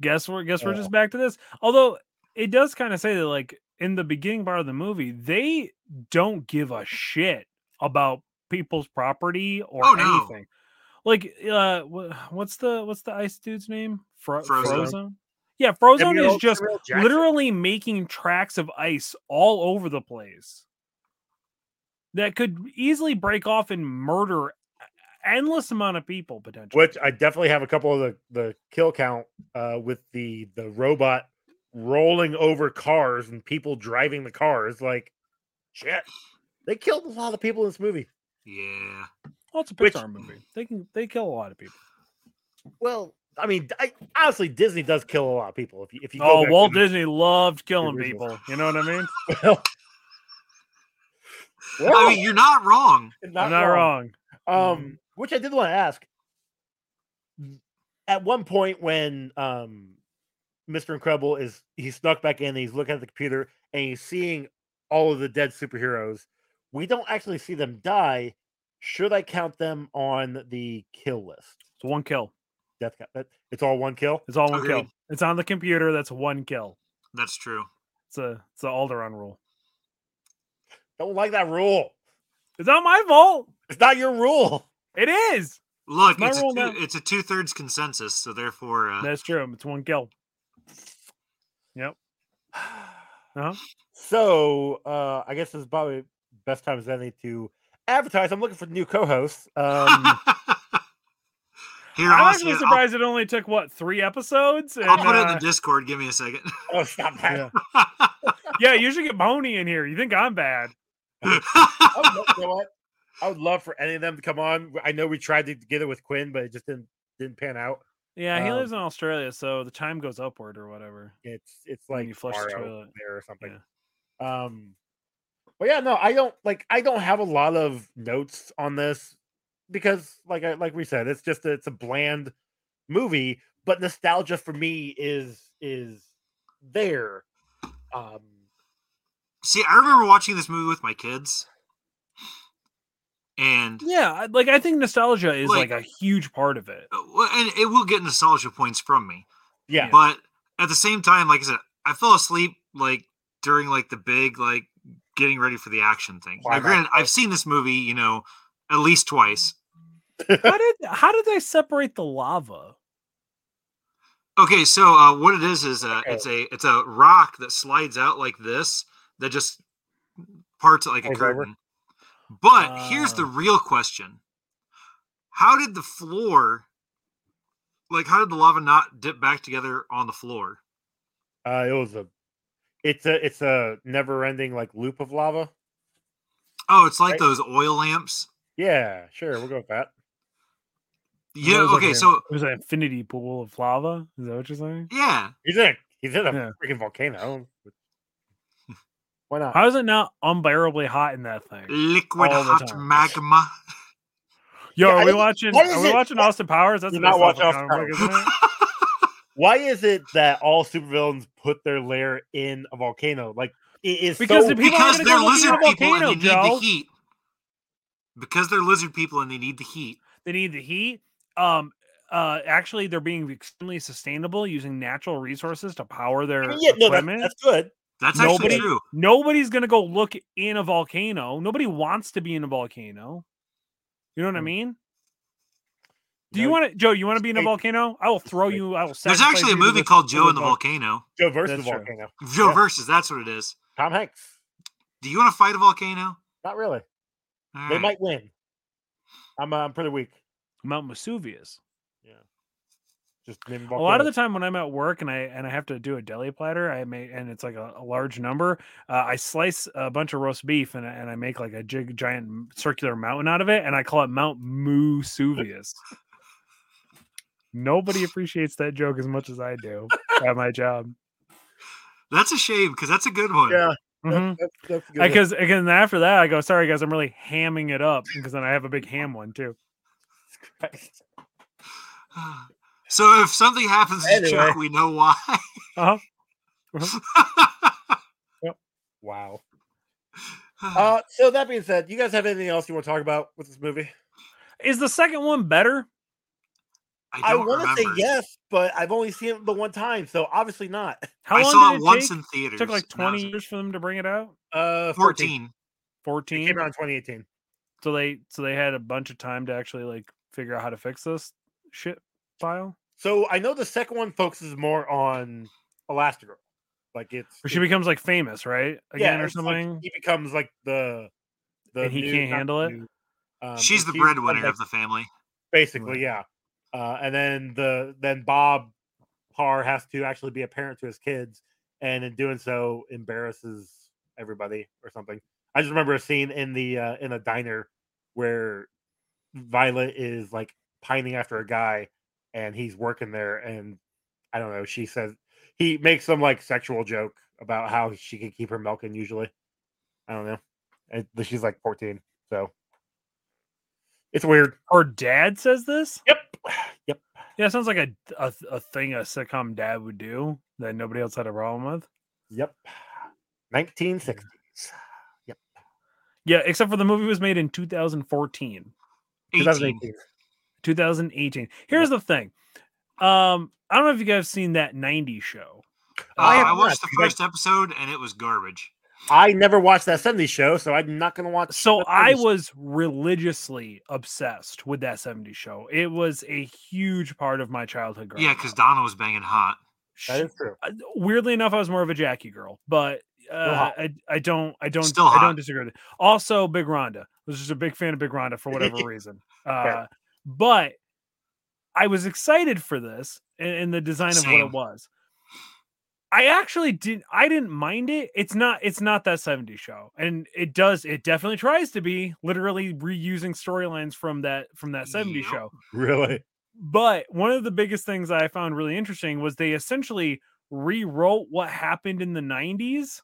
guess we're, guess we're just back to this. Although it does kind of say that, like, in the beginning part of the movie, they don't give a shit about people's property or
Oh, no.
anything. Like, uh, wh- what's the what's the ice dude's name? Fro-
Frozone.
Yeah, Frozone
Samuel-
is just
Samuel Jackson.
literally making tracks of ice all over the place that could easily break off and murder endless amount of people potentially.
Which I definitely have a couple of the the kill count uh with the the robot rolling over cars and people driving the cars. Like shit, they killed a lot of people in this movie.
Yeah.
Well, it's a
Which-
Pixar movie. They can they kill a lot of people.
Well, I mean, I, honestly, Disney does kill a lot of people. If you, if you go
Oh,
back
Walt
to-
Disney loved killing
original.
people. You know what I mean?
Well,
I mean, you're not wrong.
I'm not wrong. Mm-hmm.
Um, which I did want to ask. At one point, when um, Mr. Incredible is he snuck back in, and he's looking at the computer and he's seeing all of the dead superheroes. We don't actually see them die. Should I count them on the kill list?
It's one kill.
Death count. That, it's all one kill.
It's all one kill.
Agreed.
It's on the computer. That's one kill.
That's true.
It's a it's the Alderon rule.
Don't like that rule.
It's not my fault.
It's not your rule.
It is.
Look,
My
it's a,
rule
two,
now-
it's a two-thirds consensus, so therefore, uh,
That's true. It's one kill.
So uh, I guess this is probably best time as any to advertise. I'm looking for new co-hosts. Um,
here
I'm
also,
actually
I'll-
surprised it only took what three episodes. And,
I'll, put it in
uh,
the Discord. Give me a second.
oh, stop that!
yeah, you should get Mahoney in here. You think I'm bad?
I would love- you know what? I would love for any of them to come on. I know we tried to get it with Quinn, but it just didn't didn't pan out.
Yeah, he lives in
Um,
Australia, so the time goes upward or whatever.
It's it's
When
like
you flush the
tomorrow
toilet.
there or something. Um, but yeah, no, I don't like. I don't have a lot of notes on this because, like, I like we said, it's just it's a bland movie. But nostalgia for me is is there. Um,
See, I remember watching this movie with my kids, and
Yeah, I- like I think nostalgia is
Like-
like, a huge part of it.
uh, well, and it will get nostalgia points from me.
yeah,
But at the same time, like I said, I fell asleep like during like the big like getting ready for the action thing. Now,
Climax,
granted,
right.
I've seen this movie, you know, at least twice.
How did how did they separate the lava?
Okay, so uh, what it is is uh,
Okay.
it's a it's a rock that slides out like this that just parts it like a
Falls over.
curtain. But here's the
Ah.
real question: How did the floor, like, how did the lava not dip back together on the floor?
uh, it was a, it's a it's a never ending like loop of lava.
Oh, it's like
Right.
those oil lamps.
Yeah, sure, we'll go with that.
Yeah.
Those are
Okay.
the-
So
It was an infinity pool of lava. Is that what you're saying?
yeah,
He's in a, he's in a
Yeah.
freaking volcano. Why not?
How is it not unbearably hot in that thing?
liquid
All the
hot
time.
magma.
Yo,
Yeah, I
are we
don't-
watching?
why is
Are we
it-
watching Austin Powers? That's
You're
the
not
best
watching
Austin
Austin
Powers, isn't it?
Why is it that all supervillains put their lair in a volcano? Like it is
Because
so
the people
because
aren't
they're
gonna go looking
lizard
at a
people
volcano,
and they need
Joe.
the heat. Because they're lizard people and they need the heat.
They need the heat. Um, uh, actually, they're being extremely sustainable using natural resources to power their
I mean, yeah, no, that,
equipment.
that's good.
That's
Nobody-
actually true.
Nobody's gonna go look in a volcano. Nobody wants to be in a volcano. You know what I
Mm.
mean? Do
No,
you want to, Joe? You want to be in a
Hey.
volcano? I will throw
Hey.
you. I will.
There's
sacrifice
actually a
you to
movie
the-
called
to
Joe and the
vol-
Volcano.
Joe versus
That's
the
true.
volcano?
Joe
Yeah.
versus, that's what it is.
Tom Hanks?
Do you want to fight a volcano?
Not really.
All
Hmm.
They
right.
might win. I'm uh, I'm pretty weak.
Mount Vesuvius.
Just name
A lot of the time when I'm at work and I and I have to do a deli platter, I make and it's like a, a large number. Uh, I slice a bunch of roast beef and I, and I make like a jig, giant m- circular mountain out of it, and I call it Mount Vesuvius. Nobody appreciates that joke as much as I do at my job.
That's a shame because that's a good one.
Yeah.
Mhm.
That's, that's a good one.
Because again, after that, I go, sorry guys, I'm really hamming it up because then I have a big ham one too.
Christ.
So if something happens to
Anyway.
Chuck, we know why.
Uh-huh.
Wow.
Mm.
Uh, so that being said, you guys have anything else you want to talk about with this movie?
Is the second one better?
I
I
don't
want to say
remember.
yes, but I've only seen it the one time, so obviously not.
How
I
long
saw
did
it
it
once
take?
in theaters.
took like
and that was
20 years for them to bring it out.
Uh,
14.
It
14.
came out in 2018.
So they so they had a bunch of time to actually like figure out how to fix this shit file.
So I know the second one focuses more on Elastigirl, like it's
Or she becomes like famous, right?
yeah,
Again or
it's like
something.
he becomes like the the
And he
new-
can't
not
handle it?
new, um,
She's
and she
the
becomes,
breadwinner
like,
of the family.
basically, yeah. Uh, and then the then Bob Parr has to actually be a parent to his kids, and in doing so, embarrasses everybody or something. I just remember a scene in the uh, in a diner where Violet is like pining after a guy, and he's working there, and I don't know. She says he makes some like sexual joke about how she can keep her milk in usually. I don't know. And she's like 14, so it's weird.
Her dad says this?
Yep. Yep.
Yeah, it sounds like a, a a thing a sitcom dad would do that nobody else had a problem with.
Yep. 1960s.
Yeah, except for the movie was made in 2014.
18.
2018.
2018. Here's the thing. Um, I don't know if you guys have seen that 90s show.
Uh,
I have
Oh,
I
not,
watched the
because I-
first episode and it was garbage.
I never watched that 70s show, so I'm not going to watch.
So
that
I
70s
was religiously obsessed with that 70s show. It was a huge part of my childhood growing
Yeah,
up.
because Donna was banging hot.
Sh-
That is true.
uh, weirdly enough, I was more of a Jackie girl, but uh,
hot.
I, I don't I don't
Still
I
hot.
don't disagree with it. Also, Big Rhonda I was just a big fan of Big Rhonda for whatever reason. Uh, but I was excited for this and, and the design of what
Same.
it was. I actually did I didn't mind it. It's not it's not that 70s show. And it does it definitely tries to be literally reusing storylines from that from that 70s
Yep.
show
Really?
but one of the biggest things I found really interesting was they essentially rewrote what happened in the 90s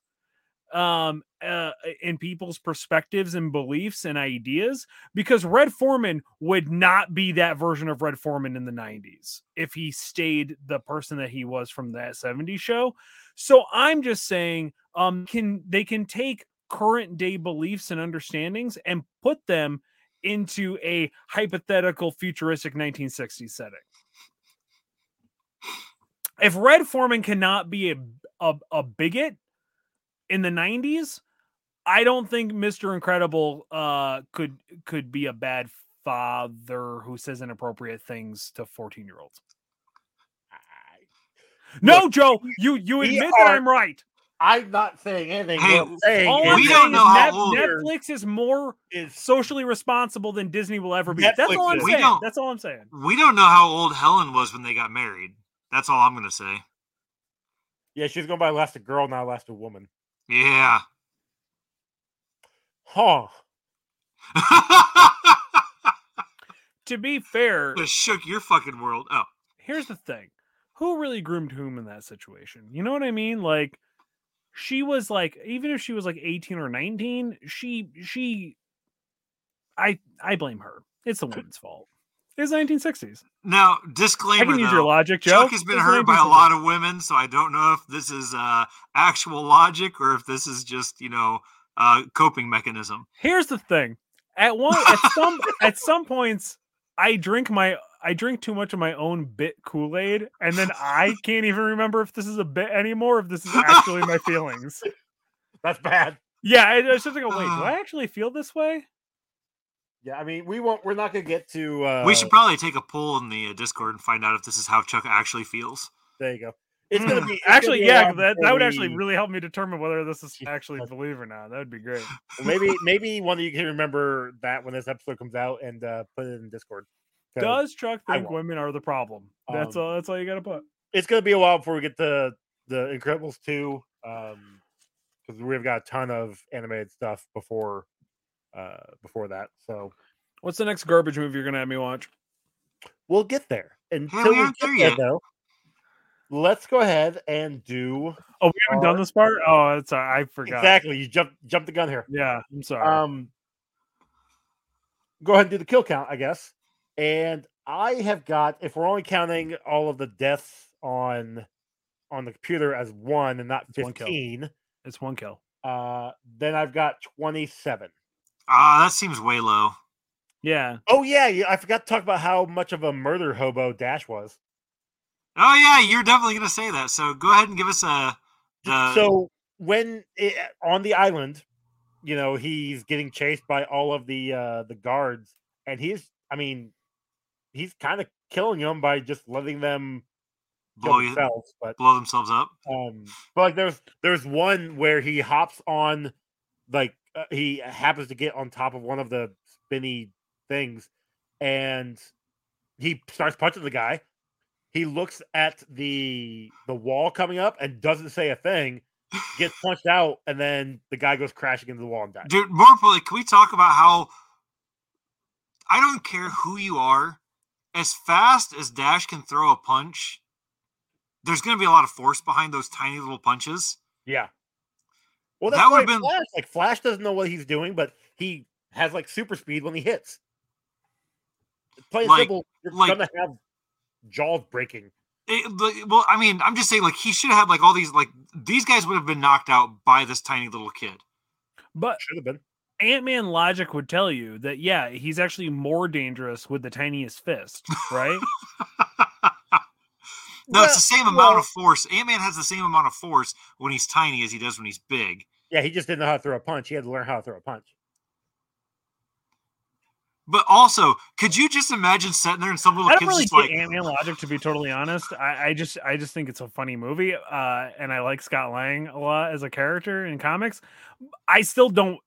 um uh, in people's perspectives and beliefs and ideas because Red Foreman would not be that version of Red Foreman in the 90s if he stayed the person that he was from that 70s show so I'm just saying um can they can take current day beliefs and understandings and put them into a hypothetical futuristic 1960s setting. If Red Foreman cannot be a, a, a bigot in the 90s, I don't think Mr. Incredible uh, could could be a bad father who says inappropriate things to 14 year olds. No, Joe, you you
we
admit that
are-
I'm right.
I'm not saying anything.
Hey,
what I'm saying
All
is
I'm
we
saying
don't
is
know how
Net-
old-
Netflix is more
it's
socially responsible than Disney will ever be. That's all
Netflix
I'm
is.
We
saying.
don't-
That's all I'm saying.
We don't know how old Helen was when they got married. That's all I'm gonna say.
yeah, she's going by last a girl, not last a woman.
Yeah.
Huh.
to be fair,
Just shook your fucking world. Oh,
here's the thing. Who really groomed whom in that situation? You know what I mean? Like she was like even if she was like 18 or 19, she she I I blame her. It's the woman's fault. It's the 1960s.
now
I
disclaimer.
can use
though.
your logic, Joe.
Chuck has been
It's the
hurt by a
1960s.
lot of women, so I don't know if this is uh, actual logic or if this is just you know uh, coping mechanism.
Here's the thing. At one at some at some points I drink my I drink too much of my own bit Kool-Aid and then I can't even remember if this is a bit anymore if this is actually my feelings.
That's bad.
Yeah, I, I was just like, wait, do
Uh.
I actually feel this way?
Yeah, I mean, we won't. We're not going to get to. Uh,
we should probably take a poll in the uh, Discord and find out if this is how Chuck actually feels.
There you go. It's going to
Mm.
be it's gonna
Hmm. Actually,
be um,
yeah,
around
that, that would
before
actually
we-
really help me determine whether this is
Yeah.
actually believe or not. That would be great.
maybe maybe one of you can remember that when this episode comes out and uh, put it in Discord. 'Cause
Does Chuck
I
think
won't.
women are the problem? That's
Um,
all. That's all you got to put.
It's going to be a while before we get to the Incredibles two, um, because we've got a ton of animated stuff before uh, before that. So
What's the next garbage movie you're gonna have me watch?
we'll get there. Until
we
we
aren't
get
there
there,
yet.
though, let's go ahead and do
Oh, we haven't
Uh,
done this part. Oh, it's all right. I forgot.
exactly. You jump jump the gun here.
Yeah, I'm sorry.
Um, go ahead and do the kill count, I guess. And I have got, if we're only counting all of the deaths on on the computer as one and not
It's one kill.
fifteen,
it's one kill.
uh, then I've got twenty-seven.
Ah, that seems way low.
Yeah,
Oh yeah, yeah, I forgot to talk about how much of a murder hobo Dash was.
Oh yeah, you're definitely gonna say that. So go ahead and give us a. The,
so when it, eh, on the island, you know he's getting chased by all of the uh the guards, and he's, I mean, he's kind of killing them by just letting them kill
blow, you-
themselves. But
blow themselves up.
um, but like there's there's one where he hops on, like uh, he happens to get on top of one of the spinny things, and he starts punching the guy. He looks at the the wall coming up and doesn't say a thing. Gets punched out, and then the guy goes crashing into the wall and dies.
Dude, more importantly, can we talk about how I don't care who you are, as fast as Dash can throw a punch, there's going to be a lot of force behind those tiny little punches.
Yeah. Well,
That
that's why
would've been-
Flash. Like Flash doesn't know what he's doing, but he has like super speed when he hits. Plain and
Like-
simple, you're
like-
gonna have jaws breaking.
It, like, well, I mean, I'm just saying, like, he should have had, like, all these, like, these guys would have been knocked out by this tiny little kid.
but
Should have been.
Ant Man logic would tell you that yeah, he's actually more dangerous with the tiniest fist, right?
No, it's the same amount
well-
of force. Ant Man has the same amount of force when he's tiny as he does when he's big.
Yeah, he just didn't know how to throw a punch. He had to learn how to throw a punch.
But also, could you just imagine sitting there and some little
I
kid's
don't really
just
get
like,
Ant Man logic, to be totally honest. I, I just I just think it's a funny movie, uh, and I like Scott Lang a lot as a character in comics. I still don't.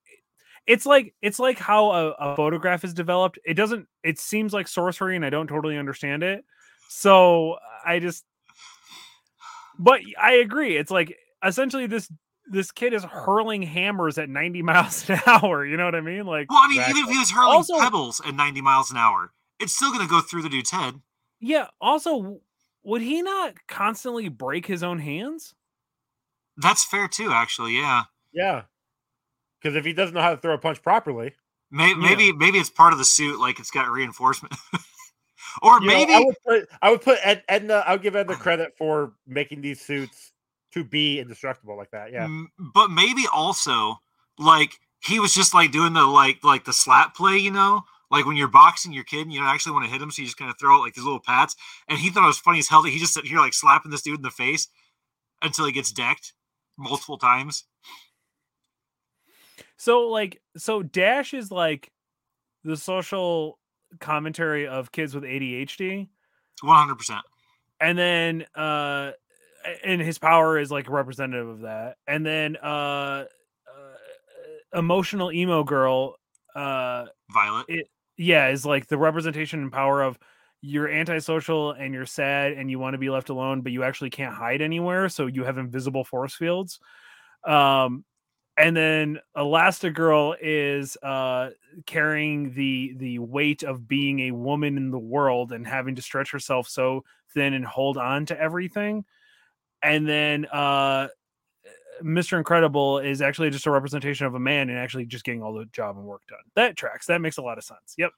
It's like it's like how a, a photograph is developed. It doesn't. It seems like sorcery, and I don't totally understand it. So I just. But I agree. It's like essentially this this kid is hurling hammers at ninety miles an hour. You know what I mean? Like
well, I mean, even if
Exactly.
he was hurling
Also-
pebbles at 90 miles an hour, it's still going to go through the dude's head.
Yeah. Also, w- would he not constantly break his own hands?
That's fair too, actually. Yeah.
Yeah. Because if he doesn't know how to throw a punch properly,
Maybe, maybe, maybe it's part of the suit, like it's got reinforcement,
you
or
know,
maybe
I would put I would put Ed, Edna. I would give Edna credit for making these suits to be indestructible like that. Yeah.
M- but maybe also like he was just like doing the like like the slap play, you know, like when you're boxing your kid and you don't actually want to hit him, so you just kind of throw out like these little pats. And he thought it was funny as hell that he just sitting here like slapping this dude in the face until he gets decked multiple times.
So, like, so Dash is like the social commentary of kids with ADHD,
One hundred percent.
and then uh, a- and his power is like representative of that, and then uh, uh emotional emo girl, uh,
Violet.
yeah, is like the representation and power of you're antisocial and you're sad and you want to be left alone, but you actually can't hide anywhere, so you have invisible force fields. Um, and then Elastigirl is uh, carrying the the weight of being a woman in the world and having to stretch herself so thin and hold on to everything. And then uh, Mr. Incredible is actually just a representation of a man and actually just getting all the job and work done. That tracks. That makes a lot of sense. Yep.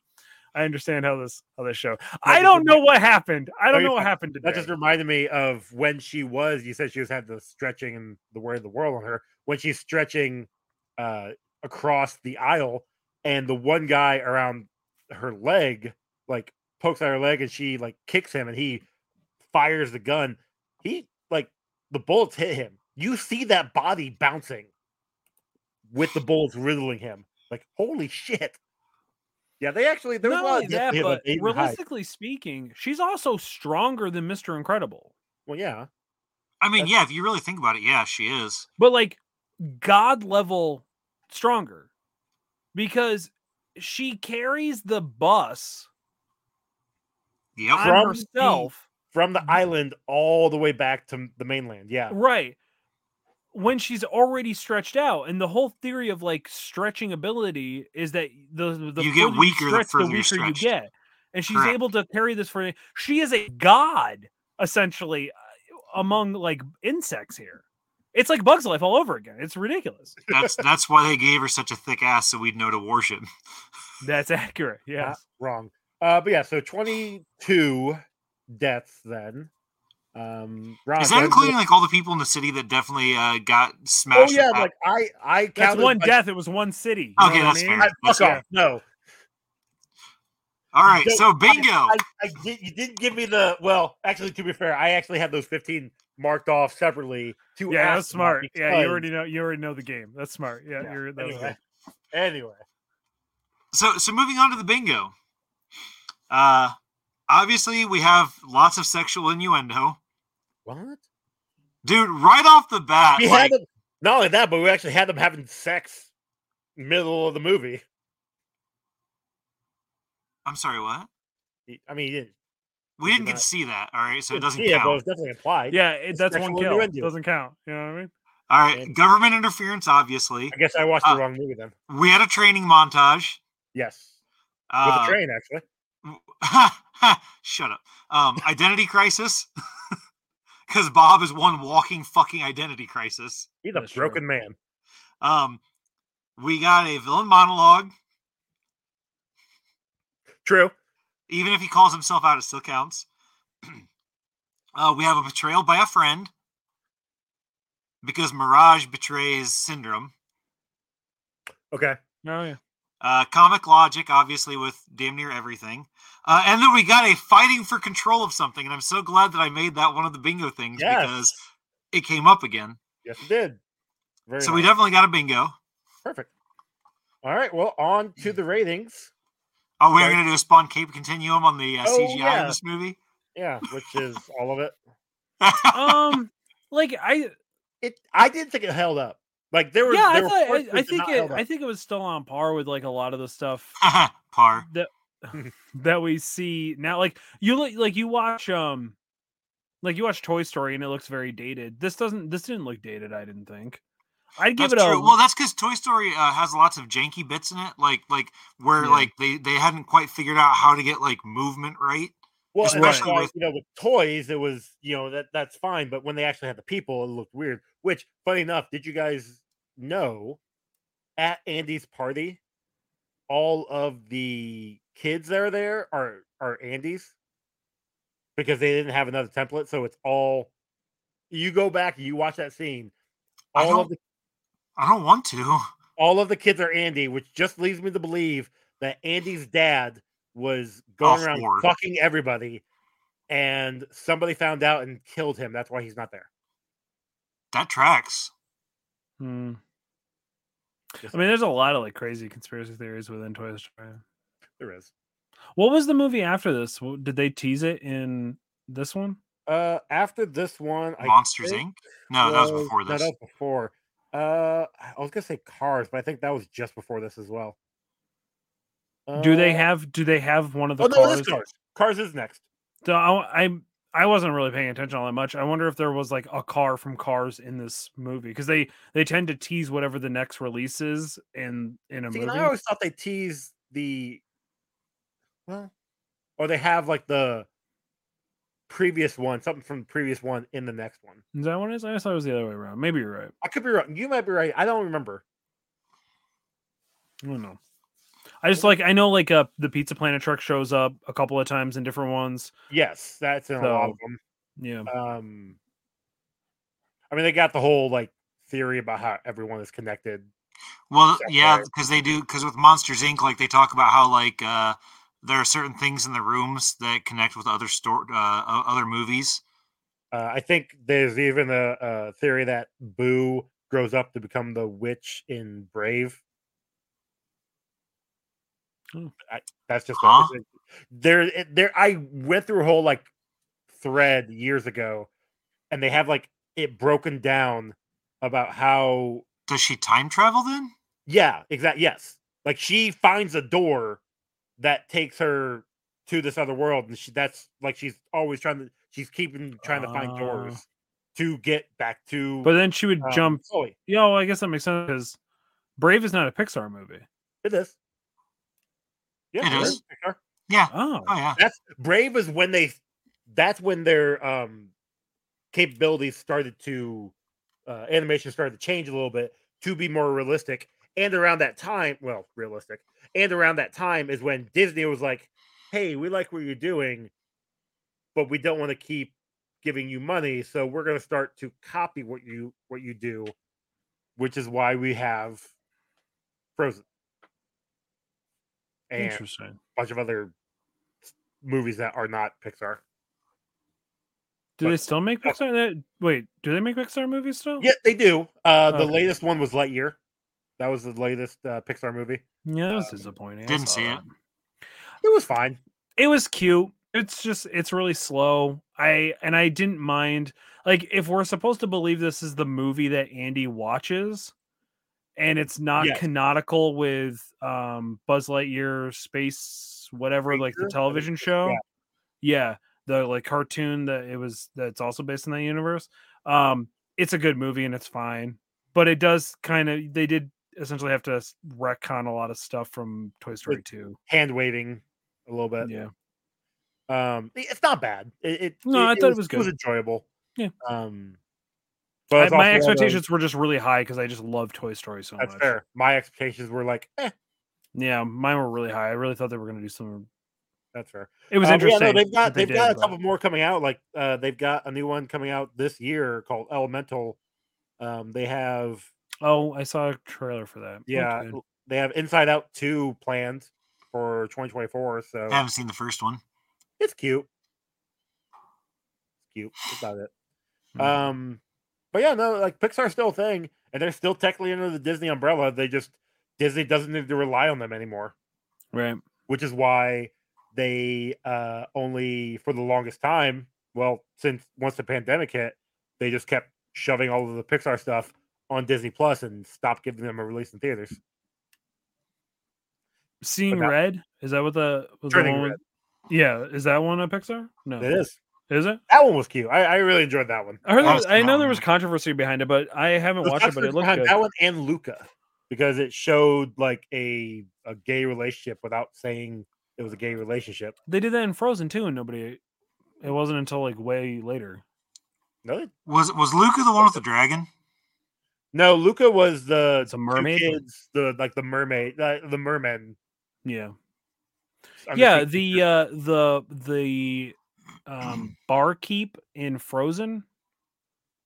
I understand how this how this show. I
just
don't know
remi-
what happened. I don't
you're
know what
fine.
happened today.
That just reminded me of when she was. You said she was had the stretching and the word of the world on her when she's stretching uh, across the aisle, and the one guy around her leg like pokes at her leg, and she like kicks him, and he fires the gun. He like the bullets hit him. You see that body bouncing with the bullets riddling him. Like holy shit! Yeah, they actually there was
Not
a lot
only
of
that,
death
but
in Hyde.
realistically speaking, she's also stronger than Mr. Incredible.
Well, yeah.
I mean,
that's-
yeah, if you really think about it, yeah, she is.
But like god level stronger. Because she carries the bus
Yep.
on
From the-
herself.
from the island all the way back to the mainland. Yeah.
Right. When she's already stretched out, and the whole theory of like stretching ability is that the the
You get
further
weaker the
stretch,
further you're
weaker you
stretched.
get, and she's
Correct.
able to carry this for. She is a god essentially uh, among like insects here. It's like Bugs Life all over again. It's ridiculous.
That's that's why they gave her such a thick ass so we'd know to worship.
That's accurate. Yeah.
Wrong. Uh, but yeah, so 22 deaths then. Um, Ron,
Is
go ahead
that
and
including
do-
like all the people in the city that definitely uh, got
Oh
smashed?
yeah,
up?
like I, I
That's
counted
one
like,
death. It was one city. You
Okay,
know what
that's
I
fair.
mean?
I, fuck
Yeah.
off. No,
all right,
don't-
so bingo.
I, I did, you didn't give me the. Well, actually, to be fair, I actually had those 15 marked off separately. To
Yeah,
ask
that's
about
smart. Yeah,
because-
you already know. You already know the game. That's smart. Yeah,
Yeah,
you're. That was
anyway.
good.
Anyway,
so so moving on to the bingo. Uh, obviously we have lots of sexual innuendo,
what?
dude. Right off the bat,
We
like,
had them, not only that, but we actually had them having sex middle of the movie.
I'm sorry, what?
I mean, you didn't
We didn't get
not-
to see that. All right, so it
Didn't
doesn't
see it, but it
count.
was definitely implied.
Yeah, it, that's one
sexual
kill.
innuendo.
Doesn't count. You know what I mean?
All right,
and-
government interference. Obviously,
I guess I watched
Uh,
the wrong movie then.
we had a training montage.
Yes, with
Uh,
a train actually.
Shut up. Um, identity crisis. Because Bob is one walking fucking identity crisis.
He's a
that's true.
broken man.
Um, we got a villain monologue.
True.
Even if he calls himself out, it still counts. uh, we have a betrayal by a friend because Mirage betrays Syndrome.
Okay.
Oh yeah.
Uh, comic logic, obviously, with damn near everything. Uh, and then we got a fighting for control of something. And I'm so glad that I made that one of the bingo things
Yes.
because it came up again.
Yes, it did. Very
So we
nice.
definitely got a bingo.
perfect. All right, well, on to the ratings.
Oh, we're
Okay.
going to do a spawn cape continuum on the uh,
Oh,
CGI
yeah.
in this movie.
Yeah, which is all of it.
um, like I
It. I didn't think it held up. Like there were.
yeah, I
there were
thought
parts that
I, I
did
think
not
it
held up.
I think it was still on par with like a lot of the stuff
Par.
that that we see now. Like you look like you watch um, like you watch Toy Story and it looks very dated. This doesn't. This didn't look dated. I didn't think. I'd give
that's
it a
true. Well, that's because Toy Story uh, has lots of janky bits in it, like like where
Yeah.
like they they hadn't quite figured out how to get like movement right.
Well, and that's
especially
why,
with-
you know, with toys, it was you know that that's fine, but when they actually had the people, it looked weird. Which, funny enough, did you guys know at Andy's party, all of the kids that are there are are Andy's because they didn't have another template, so it's all. You go back and you watch that scene.
I
All
don't-
of the
I don't want to.
all of the kids are Andy, which just leads me to believe that Andy's dad was going
Oh,
around
Ford.
fucking everybody, and somebody found out and killed him. That's why he's not there.
That tracks.
Hmm.
Just-
I mean, there's a lot of like crazy conspiracy theories within Toy Story.
There is.
What was the movie after this? W- Did they tease it in this one?
Uh, after this one, I
Monsters
think
Inc. No, that was
was-
before
no, that
this.
was before. Uh, I was gonna say Cars, but I think that was just before this as well.
Do they
Uh,
have? Do they have one of the
Oh no,
cars?
this Cars. Cars is next.
So I, I I wasn't really paying attention all that much. I wonder if there was like a car from Cars in this movie because they they tend to tease whatever the next release is in in a
See, and
movie.
I always thought they teased the well, or they have like the previous one, something from the previous one in the next one.
Is that what it is? I always thought it was the other way around. Maybe you're right.
I could be wrong. You might be right. I don't remember.
I don't know. I just like I know like uh the Pizza Planet truck shows up a couple of times in different ones.
Yes, that's in a lot
So-
of them.
Yeah.
Um, I mean, they got the whole like theory about how everyone is connected.
Well,
That's
yeah,
right.
because they do because with Monsters Inc. like they talk about how like uh, there are certain things in the rooms that connect with other store uh, o- other movies.
Uh, I think there's even a, a theory that Boo grows up to become the witch in Brave.
Hmm.
I, that's just
Huh?
a, there. it- There, I went through a whole like thread years ago, and they have like it broken down about how.
Does she time travel then?
Yeah, exactly. Yes, like she finds a door that takes her to this other world, and she, that's like she's always trying to. She's keeping trying to find
Ah.
doors to get back to
But then she would
um,
jump.
Chloe.
Yeah, well, I guess that makes sense because Brave is not a Pixar movie.
It is. Yeah,
It
it
is.
is. Pixar.
Oh,
Oh yeah,
That's Brave is when they. That's when their um capabilities started to uh, animation started to change a little bit to be more realistic. And around that time, well, realistic. And around that time is when Disney was like, "Hey, we like what you're doing, but we don't want to keep giving you money, so we're going to start to copy what you what you do," which is why we have Frozen. And
interesting.
bunch of other s- movies that are not Pixar.
Do they
but- uh,
still make Pixar? That wait, do they make Pixar movies still?
Yeah, they do. Uh, the
Oh. Okay.
latest one was Lightyear. That was the latest uh, Pixar movie.
Yeah, that
Uh,
was disappointing. I
didn't
saw
see
that.
it.
It was fine.
it was cute it's just it's really slow i and i didn't mind like if we're supposed to believe this is the movie that andy watches and it's not
Yes.
canonical with um buzz lightyear space whatever like
Ranger? I
the
think
television show yeah the like cartoon that it was that's also based in that universe um it's a good movie and it's fine but it does kind of they did essentially have to s- retcon a lot of stuff from toy story 2
Hand waving a little bit.
yeah
Um, i- it's not bad. It, it
No, I thought it was
It was
good.
enjoyable.
Yeah.
Um,
I-
but it's also one
my
of those-
expectations were just really high because I just love Toy Story so
That's
much.
fair. My expectations were like, eh,
Yeah, mine were really high. I really thought they were going to do something.
that's fair.
It was
Um, yeah, no,
interesting.
they've got
that they
they've got
did,
a
but-
couple more coming out. Like uh, they've got a new one coming out this year called Elemental. Um, they have
Oh, I saw a trailer for that. Looked
Yeah,
Oh, good.
l- they have Inside Out 2 planned for 2024, so
I haven't seen the first one.
it's cute. It's cute. That's about it.
Hmm.
Um, But yeah, no, like Pixar's still a thing, and they're still technically under the Disney umbrella. They just Disney doesn't need to rely on them anymore,
Right.
which is why they uh only for the longest time, well, since once the pandemic hit, they just kept shoving all of the Pixar stuff on Disney Plus and stopped giving them a release in theaters.
Seeing
now-
Red? Is that what the was the
Turning
one?
Red.
Yeah, is that one a Pixar? No.
It is.
Is it?
That one was cute. I, I really enjoyed that one.
I, heard there
Oh,
was- I know there
no.
was controversy behind it, but I haven't
There's
watched it. But
controversy
it looked
behind
good.
That one and Luca because it showed like a a gay relationship without saying it was a gay relationship.
They did that in Frozen too, and nobody. It wasn't until like way later.
No, they-
Was was Luca the one with the dragon?
no, Luca was the
It's a
two
mermaid?
kids, the like the mermaid, uh, the merman.
Yeah.
I'm
yeah
just thinking-
the uh the the um barkeep in frozen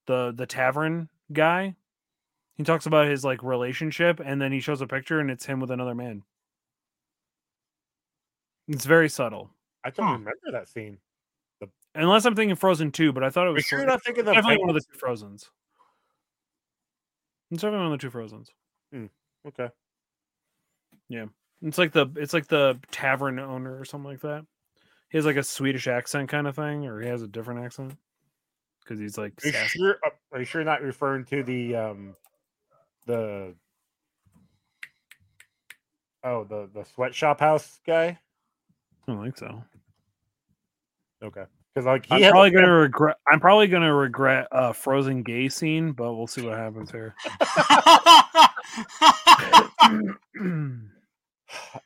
the the tavern guy he talks about his like relationship and then he shows a picture and it's him with another man it's very subtle
I
uh,
don't
Hmm.
remember that scene.
unless i'm thinking frozen 2 but i thought it
Are you
was
sure
Fro-
you're not thinking of
definitely one of
the
the two frozens it's definitely one of the two frozens
Oh, okay?
it's like the it's like the tavern owner or something like that he has like a swedish accent kind of thing or he has a different accent because he's like
Are you
sassy.
sure? uh, Are you sure you're not referring to the um the oh the the sweatshop house guy?
I don't think so.
Okay, because like he
I'm
had a
probably gonna regret. I'm probably gonna regret a frozen gay scene, but we'll see what happens here.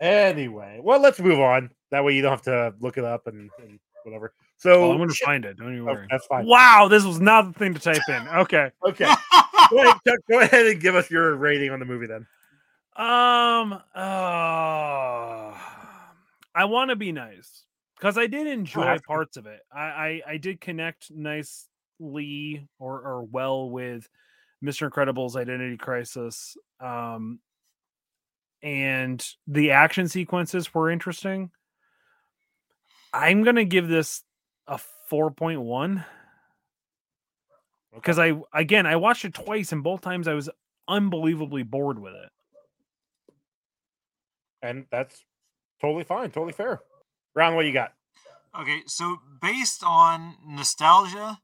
Anyway, well, let's move on. That way you don't have to look it up and, and whatever. So
well, I'm gonna
shit,
find it. Don't you
oh,
worry.
that's fine.
Wow, this was not the thing to type in. Okay.
Okay, go ahead, Chuck, go ahead and give us your rating on the movie then.
Um. Uh, I want to be nice because I did enjoy
have to.
parts of it. I, I I did connect nicely or or well with Mr. Incredible's Identity Crisis. Um, and the action sequences were interesting. I'm gonna give this a four point one because I again I watched it twice and both times I was unbelievably bored with it.
And that's totally fine, totally fair. Ron, what you got?
Okay, so based on nostalgia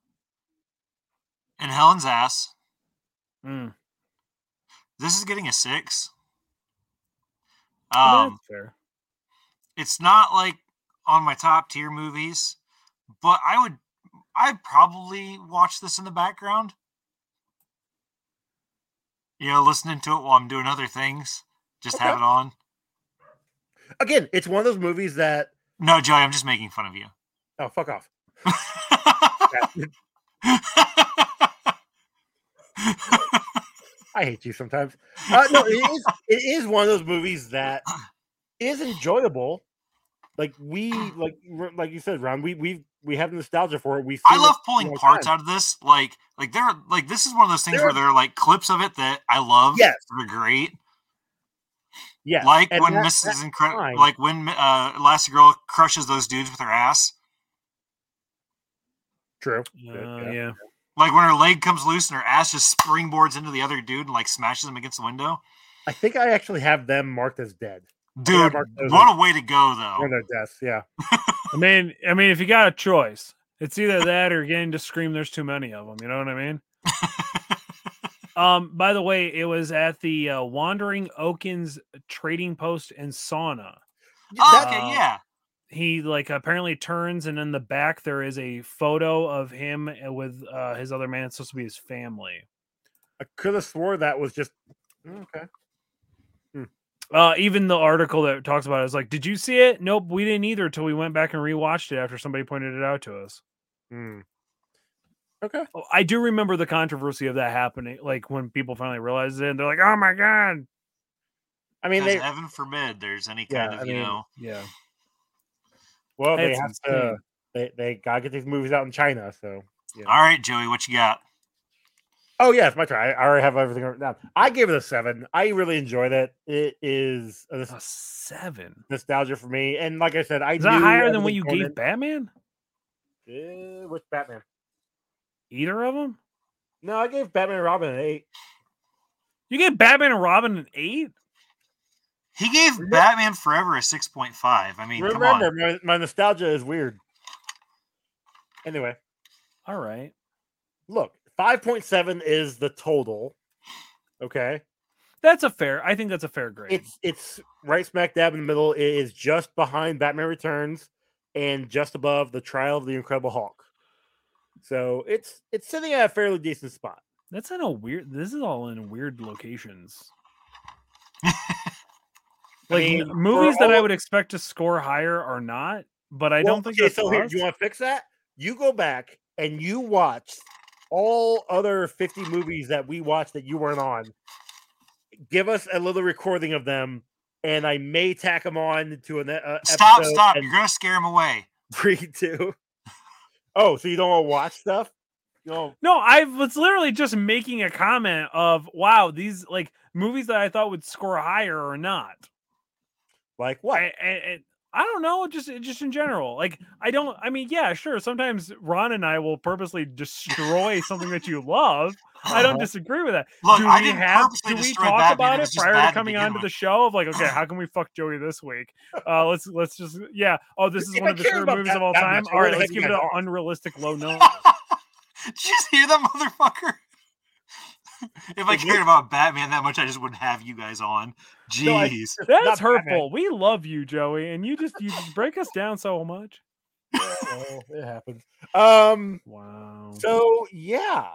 and Helen's ass,
Mm.
this is getting a six.
Well,
Um,
that's fair.
it's not like on my top tier movies, but I would, I'd probably watch this in the background. You know, listening to it while I'm doing other things. Just have
Okay.
it on.
Again, it's one of those movies that
No, Joey, I'm just making fun of you.
oh fuck off. I hate you sometimes. Uh, no, it is it is one of those movies that is enjoyable. Like we like like you said, Ron, we we we have nostalgia for it. We
I
feel it
love
for a
pulling
long
parts
time.
out of this. Like, like there, are- like this is one of those things
There
where there are like clips of it that I love.
Yes.
they're great.
Yeah,
like
and
when
that- that-
Mrs. Incredible,
fine.
like when uh, Elastigirl crushes those dudes with her ass.
True.
Uh,
Yeah.
yeah.
Like when her leg comes loose and her ass just springboards into the other dude and like smashes him against the window.
I think I actually have them marked as dead I
Dude,
marked those
what a way to go
on
though.
their deaths. Yeah.
I mean, I mean, if you got a choice, it's either that or getting to scream. There's too many of them. You know what I mean? um. By the way, it was at the uh, Wandering Oakens Trading Post and Sauna.
Oh,
That-
okay,
Uh,
yeah.
He like apparently turns, and in the back there is a photo of him uh, with uh, his other man. It's supposed to be his family.
I could have swore that was just mm, okay.
Uh, even the article that talks about it is like, did you see it? Nope, we didn't either until we went back and rewatched it after somebody pointed it out to us.
Hmm. Okay.
Oh, I do remember the controversy of that happening, like when people finally realized it, and they're like, "Oh my god!"
I mean,
Because
they
heaven forbid there's any
Yeah,
kind of
I
you
mean,
know.
Yeah,
well they
That's
have to
insane.
they they gotta get these movies out in China. So
All right, Joey, what you got?
oh yeah, it's my turn. I, I already have everything written down. I gave it a seven. I really enjoyed it. It is a
a seven.
nostalgia for me. And like I said, I
Is that
knew
higher than what
everything
you
going
gave Batman?
in- Uh, with Eh, Batman.
Either of them?
No, I gave Batman and Robin an eight.
You gave Batman and Robin an eight.
He gave
Remem-
Batman Forever a six point five. I mean, come
Remember,
on.
my, my nostalgia is weird. Anyway,
All right.
look, five point seven is the total. Okay.
That's a fair. I think that's a fair grade.
It's it's right smack dab in the middle. It is just behind Batman Returns and just above the Trial of the Incredible Hulk. So it's it's sitting at a fairly decent spot.
that's in a weird. This is all in weird locations.
I
Like
mean,
m- movies
for
that I
all-
would expect to score higher are not. But I
Well,
don't think
okay,
that's
so. Here,
us.
do you want to fix that? You go back and you watch all other fifty movies that we watched that you weren't on. Give us a little recording of them, and I may tack them on to an e- uh,
Stop!
episode
Stop!
and
You're gonna scare him away.
read to. Oh, so you don't want to watch stuff? You don't
No, I was literally just making a comment of wow, these like movies that I thought would score higher or not.
like
I,
what?
I, I- I don't know, just eh, just in general. Like I don't. I mean, yeah, sure. Sometimes Ron and I will purposely destroy something that you love. I
Uh-huh.
don't disagree with that.
Look,
do
I
we
didn't
have?
purposely
Do we
destroy
talk
Batman,
about
it
it
was just
prior
bad
to
to
coming
begin
onto
with.
the show? Of like, okay, how can we fuck Joey this week? Uh, let's let's just yeah. Oh, this is
If
one
I
of the
cared
favorite
about
movies
that
of all
that
time.
much, I
All right,
would've
let's
had
give
you
it
guys
an
on.
unrealistic low note.
Did you just hear that motherfucker? if I
Did you?
cared about Batman that much, I just wouldn't have you guys on. Jeez.
No, I-
That's
Not Batman.
hurtful. We love you, Joey, and you just you break us down so much.
Oh, it happens. Um.
Wow.
So yeah,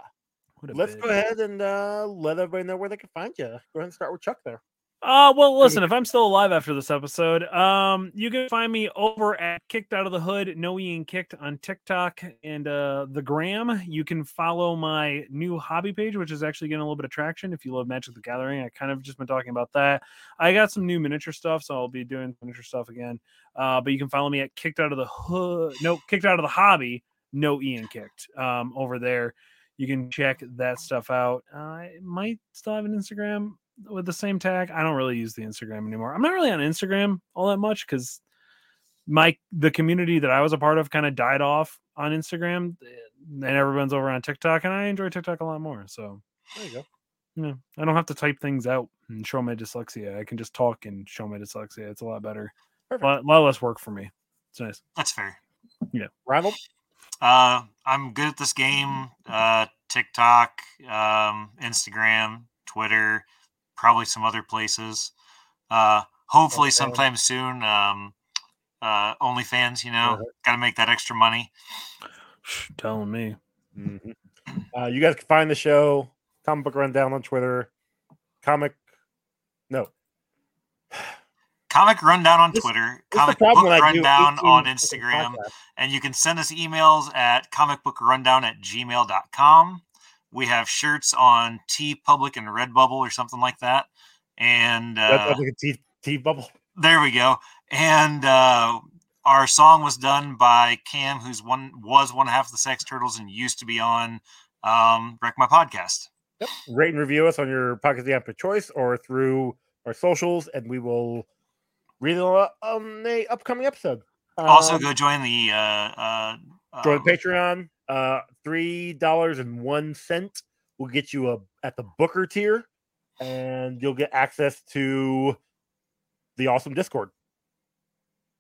let's go ahead and uh, let everybody know where they can find you. Go ahead and start with Chuck there.
Uh, well, listen, if I'm still alive after this episode, um, you can find me over at Kicked Out of the Hood, No Ian Kicked on TikTok and uh, the Gram. You can follow my new hobby page, which is actually getting a little bit of traction. If you love Magic the Gathering, I kind of just been talking about that. I got some new miniature stuff, so I'll be doing miniature stuff again. Uh, but you can follow me at Kicked Out of the Hood, no, Kicked Out of the Hobby, No Ian Kicked, um, over there. You can check that stuff out. Uh, I might still have an Instagram with the same tag. I don't really use the Instagram anymore. I'm not really on Instagram all that much because my the community that I was a part of kind of died off on Instagram, eh, and everyone's over on TikTok, and I enjoy TikTok a lot more. So
There you go.
yeah, I don't have to type things out and show my dyslexia. I can just talk and show my dyslexia. It's a lot better.
Perfect.
A lot, lot less work for me. It's nice.
That's fair.
Ronald.
Uh, I'm good at this game. Uh, TikTok, um, Instagram, Twitter, probably some other places. Uh, hopefully,
Okay.
sometime soon. Um, uh, OnlyFans, you know,
Uh-huh.
got to make that extra money.
Telling me.
Uh, you guys can find the show Comic Book Rundown on Twitter. Comic. No,
Comic Rundown on
This-
Twitter,
This is the
Comic Book
problem when I do
Rundown
18
on
fucking
Instagram,
podcasts.
and you can send us emails at comicbookrundown at gmail.com. We have shirts on T Public and Redbubble or something like that. And uh,
That's like a tea, tea bubble.
There we go. And uh, our song was done by Cam, who's one was one half of the Sex Turtles and used to be on um, Wreck My Podcast.
Yep. Rate and review us on your podcast the app of choice or through our socials, and we will read it on um, the upcoming episode.
also,
Um,
go join the uh, uh,
join
um,
the Patreon. Uh, three dollars and one cent will get you a at the Booker tier, and you'll get access to the awesome Discord.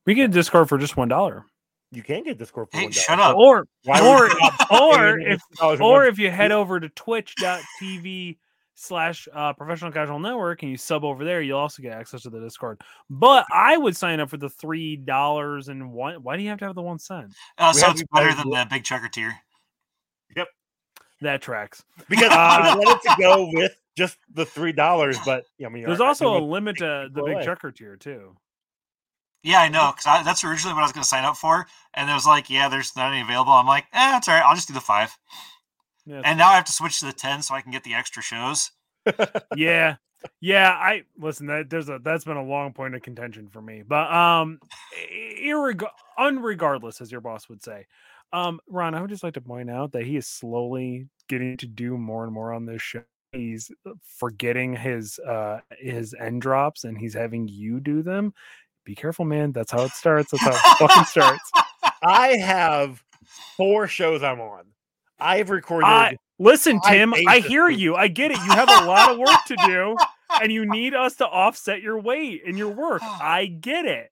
We get a Discord for just one dollar,
You can get Discord. For
Hey,
$1.
shut up!
or
Uh, Why would
or-
you not
or
pay me
if-
$2 a
or
month?
if you head over to twitch.tv slash uh, professional casual network and you sub over there you'll also get access to the discord but i would sign up for the three dollars and one why do you have to have the one cent
Uh,
we
so
have
it's
you
better
guys
than the Big Chucker tier.
that tracks
because
Ah.
I wanted to go with just the three dollars, but yeah, I mean,
there's
I- I
also a
think
limit to the
people
big
away.
chucker tier too
Yeah, I know, because that's originally what I was going to sign up for, and it was like, yeah, there's not any available. I'm like, eh, it's all right. I'll just do the five.
yeah,
And now I have to switch to the ten so I can get the extra shows.
yeah yeah i listen that there's a that's been a long point of contention for me but um irreg- unregardless as your boss would say um ron i would just like to point out that he is slowly getting to do more and more on this show he's uh, forgetting his uh his end drops and he's having you do them be careful man that's how it starts that's how it fucking starts
I have four shows I'm on. I've recorded
I- Listen,
I
Tim,
hate
I
this
hear
movie.
you. I get it. You have a lot of work to do, and you need us to offset your weight in your work. I get it.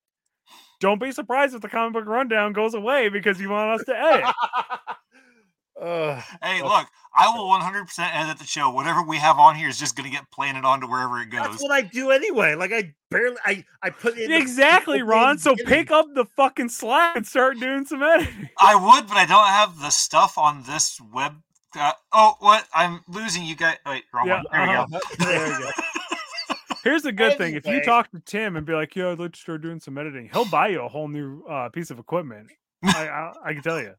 Don't be surprised if the comic book rundown goes away because you want us to edit.
Ugh.
Hey,
Well-
look, I will 100% edit the show. Whatever we have on here is just going to get planted onto wherever it
That's
goes.
what I do anyway. Like I barely, I, I put it in the-
exactly,
in the
Ron. So
beginning.
pick up the fucking slack and start doing some editing.
I would, but I don't have the stuff on this web. Uh, oh, what? I'm losing you guys. Wait, wrong
Yeah,
one. There
uh-huh.
we go.
There we go.
Here's the good thing: if you
Anyway.
talk to Tim and be like, "Yo, I'd like to start doing some editing," he'll buy you a whole new uh, piece of equipment. I, I, I can tell you.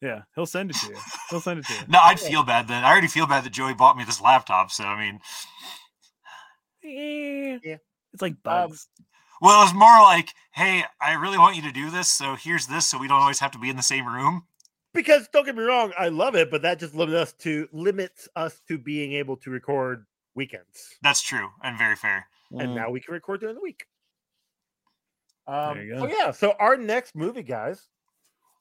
Yeah, he'll send it to you. He'll send it to you.
no, I'd feel bad then. I already feel bad that Joey bought me this laptop. So, I mean,
Eh,
Yeah. Um,
It's like bugs.
well, it was more like, hey, I really want you to do this. So here's this. So we don't always have to be in the same room.
because don't get me wrong, I love it, but that just limits us to limits us to being able to record weekends,
That's true and very fair.
Mm.
and now we can record during the week. Um,
you
so
go.
yeah, so our next movie, guys,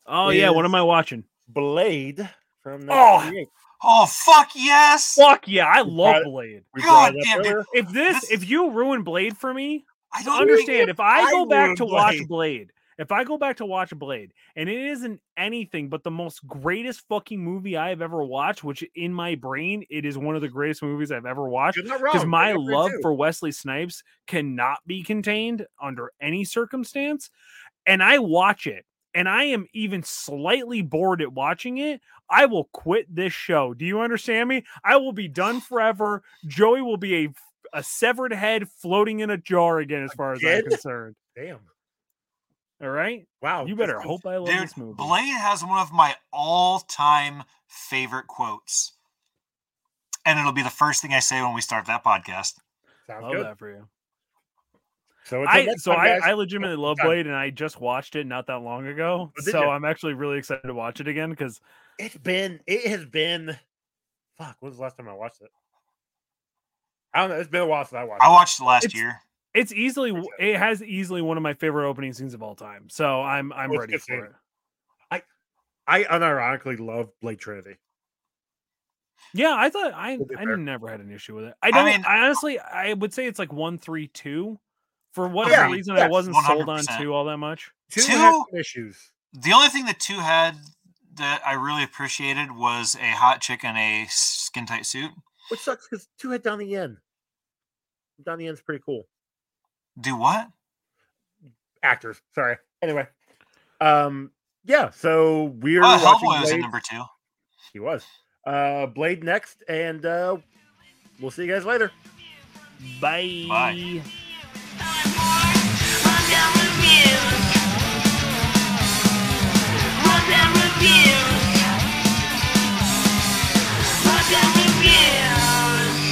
oh yeah, what am I watching?
Blade from
Oh,
1988.
Oh, fuck yes.
Fuck yeah, I love
brought-
Blade.
We brought
God
it up
damn it.
earlier.
If this,
This-
if you ruin Blade for me,
I don't
understand. If I
I
go back
ruined
to watch
Blade.
Blade, if I go back to watch Blade, and it isn't anything but the most greatest fucking movie I have ever watched, which in my brain it is one of the greatest movies I've ever watched.
You're not
because
wrong.
my
You're
love
true.
for Wesley Snipes cannot be contained under any circumstance. And I watch it and I am even slightly bored at watching it. I will quit this show. Do you understand me? I will be done forever. Joey will be a, a severed head floating in a jar again, as far as I'm
Again?
concerned.
damn.
All right.
Wow,
You
this
better
is-
hope I love
Dude,
this movie.
Blade has one of my all-time favorite quotes, and it'll be the first thing I say when we start that podcast.
sounds
Love
good.
that for you.
So until
I
next
so
time,
I,
guys,
I legitimately love
time.
Blade and I just watched it not that long ago.
Oh, did
So
ya?
I'm actually really excited to watch it again because
it's been it has been fuck when was the last time i watched it i don't know it's been a while since i watched
I
it
watched it last
It's-
year.
It's easily w-
Gotcha.
it has easily one of my favorite opening scenes of all time. So I'm I'm
Well, it's
ready
good
for it.
i unironically love blade trinity
Yeah, I thought I
We'll be
I
fair.
never had an issue with it. I
I
don't. I,
mean-
honestly I would say it's like one three two. For whatever
Oh, Yeah,
reason, I
yes,
wasn't sold on
100%.
two all that much.
two, had
Two-
some issues
The only thing that two had that I really appreciated was a hot chick in a skin tight suit.
which sucks because two had donnie yen donnie yen's pretty cool
Do what?
actors sorry anyway um yeah so we're
Oh,
watching
Hellboy was in
blade.
number two.
he was uh blade next and uh we'll see you guys later
Bye.
Reviews.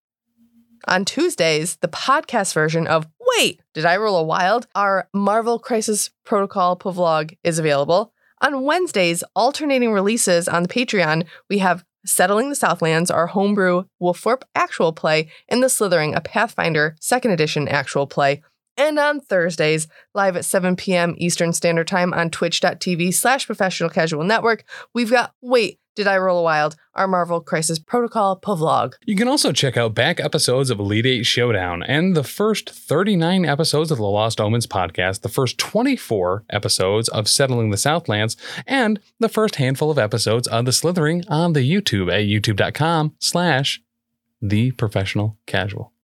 On Tuesdays, the podcast version of Wait, Did I Roll a Wild? Our Marvel Crisis Protocol Povlog is available. On Wednesdays, alternating releases on the Patreon, we have Settling the Southlands, our homebrew Wolforp actual play, and The Slithering, a Pathfinder second edition actual play. And on Thursdays, live at 7 p.m. Eastern Standard Time on twitch.tv slash professional casual network, we've got Wait, Did I Roll a Wild? Our Marvel Crisis Protocol Povlog.
You can also check out back episodes of Elite Eight Showdown and the first 39 episodes of the Lost Omens podcast, the first 24 episodes of Settling the Southlands, and the first handful of episodes of The Slithering on the YouTube at youtube.com slash the professional casual.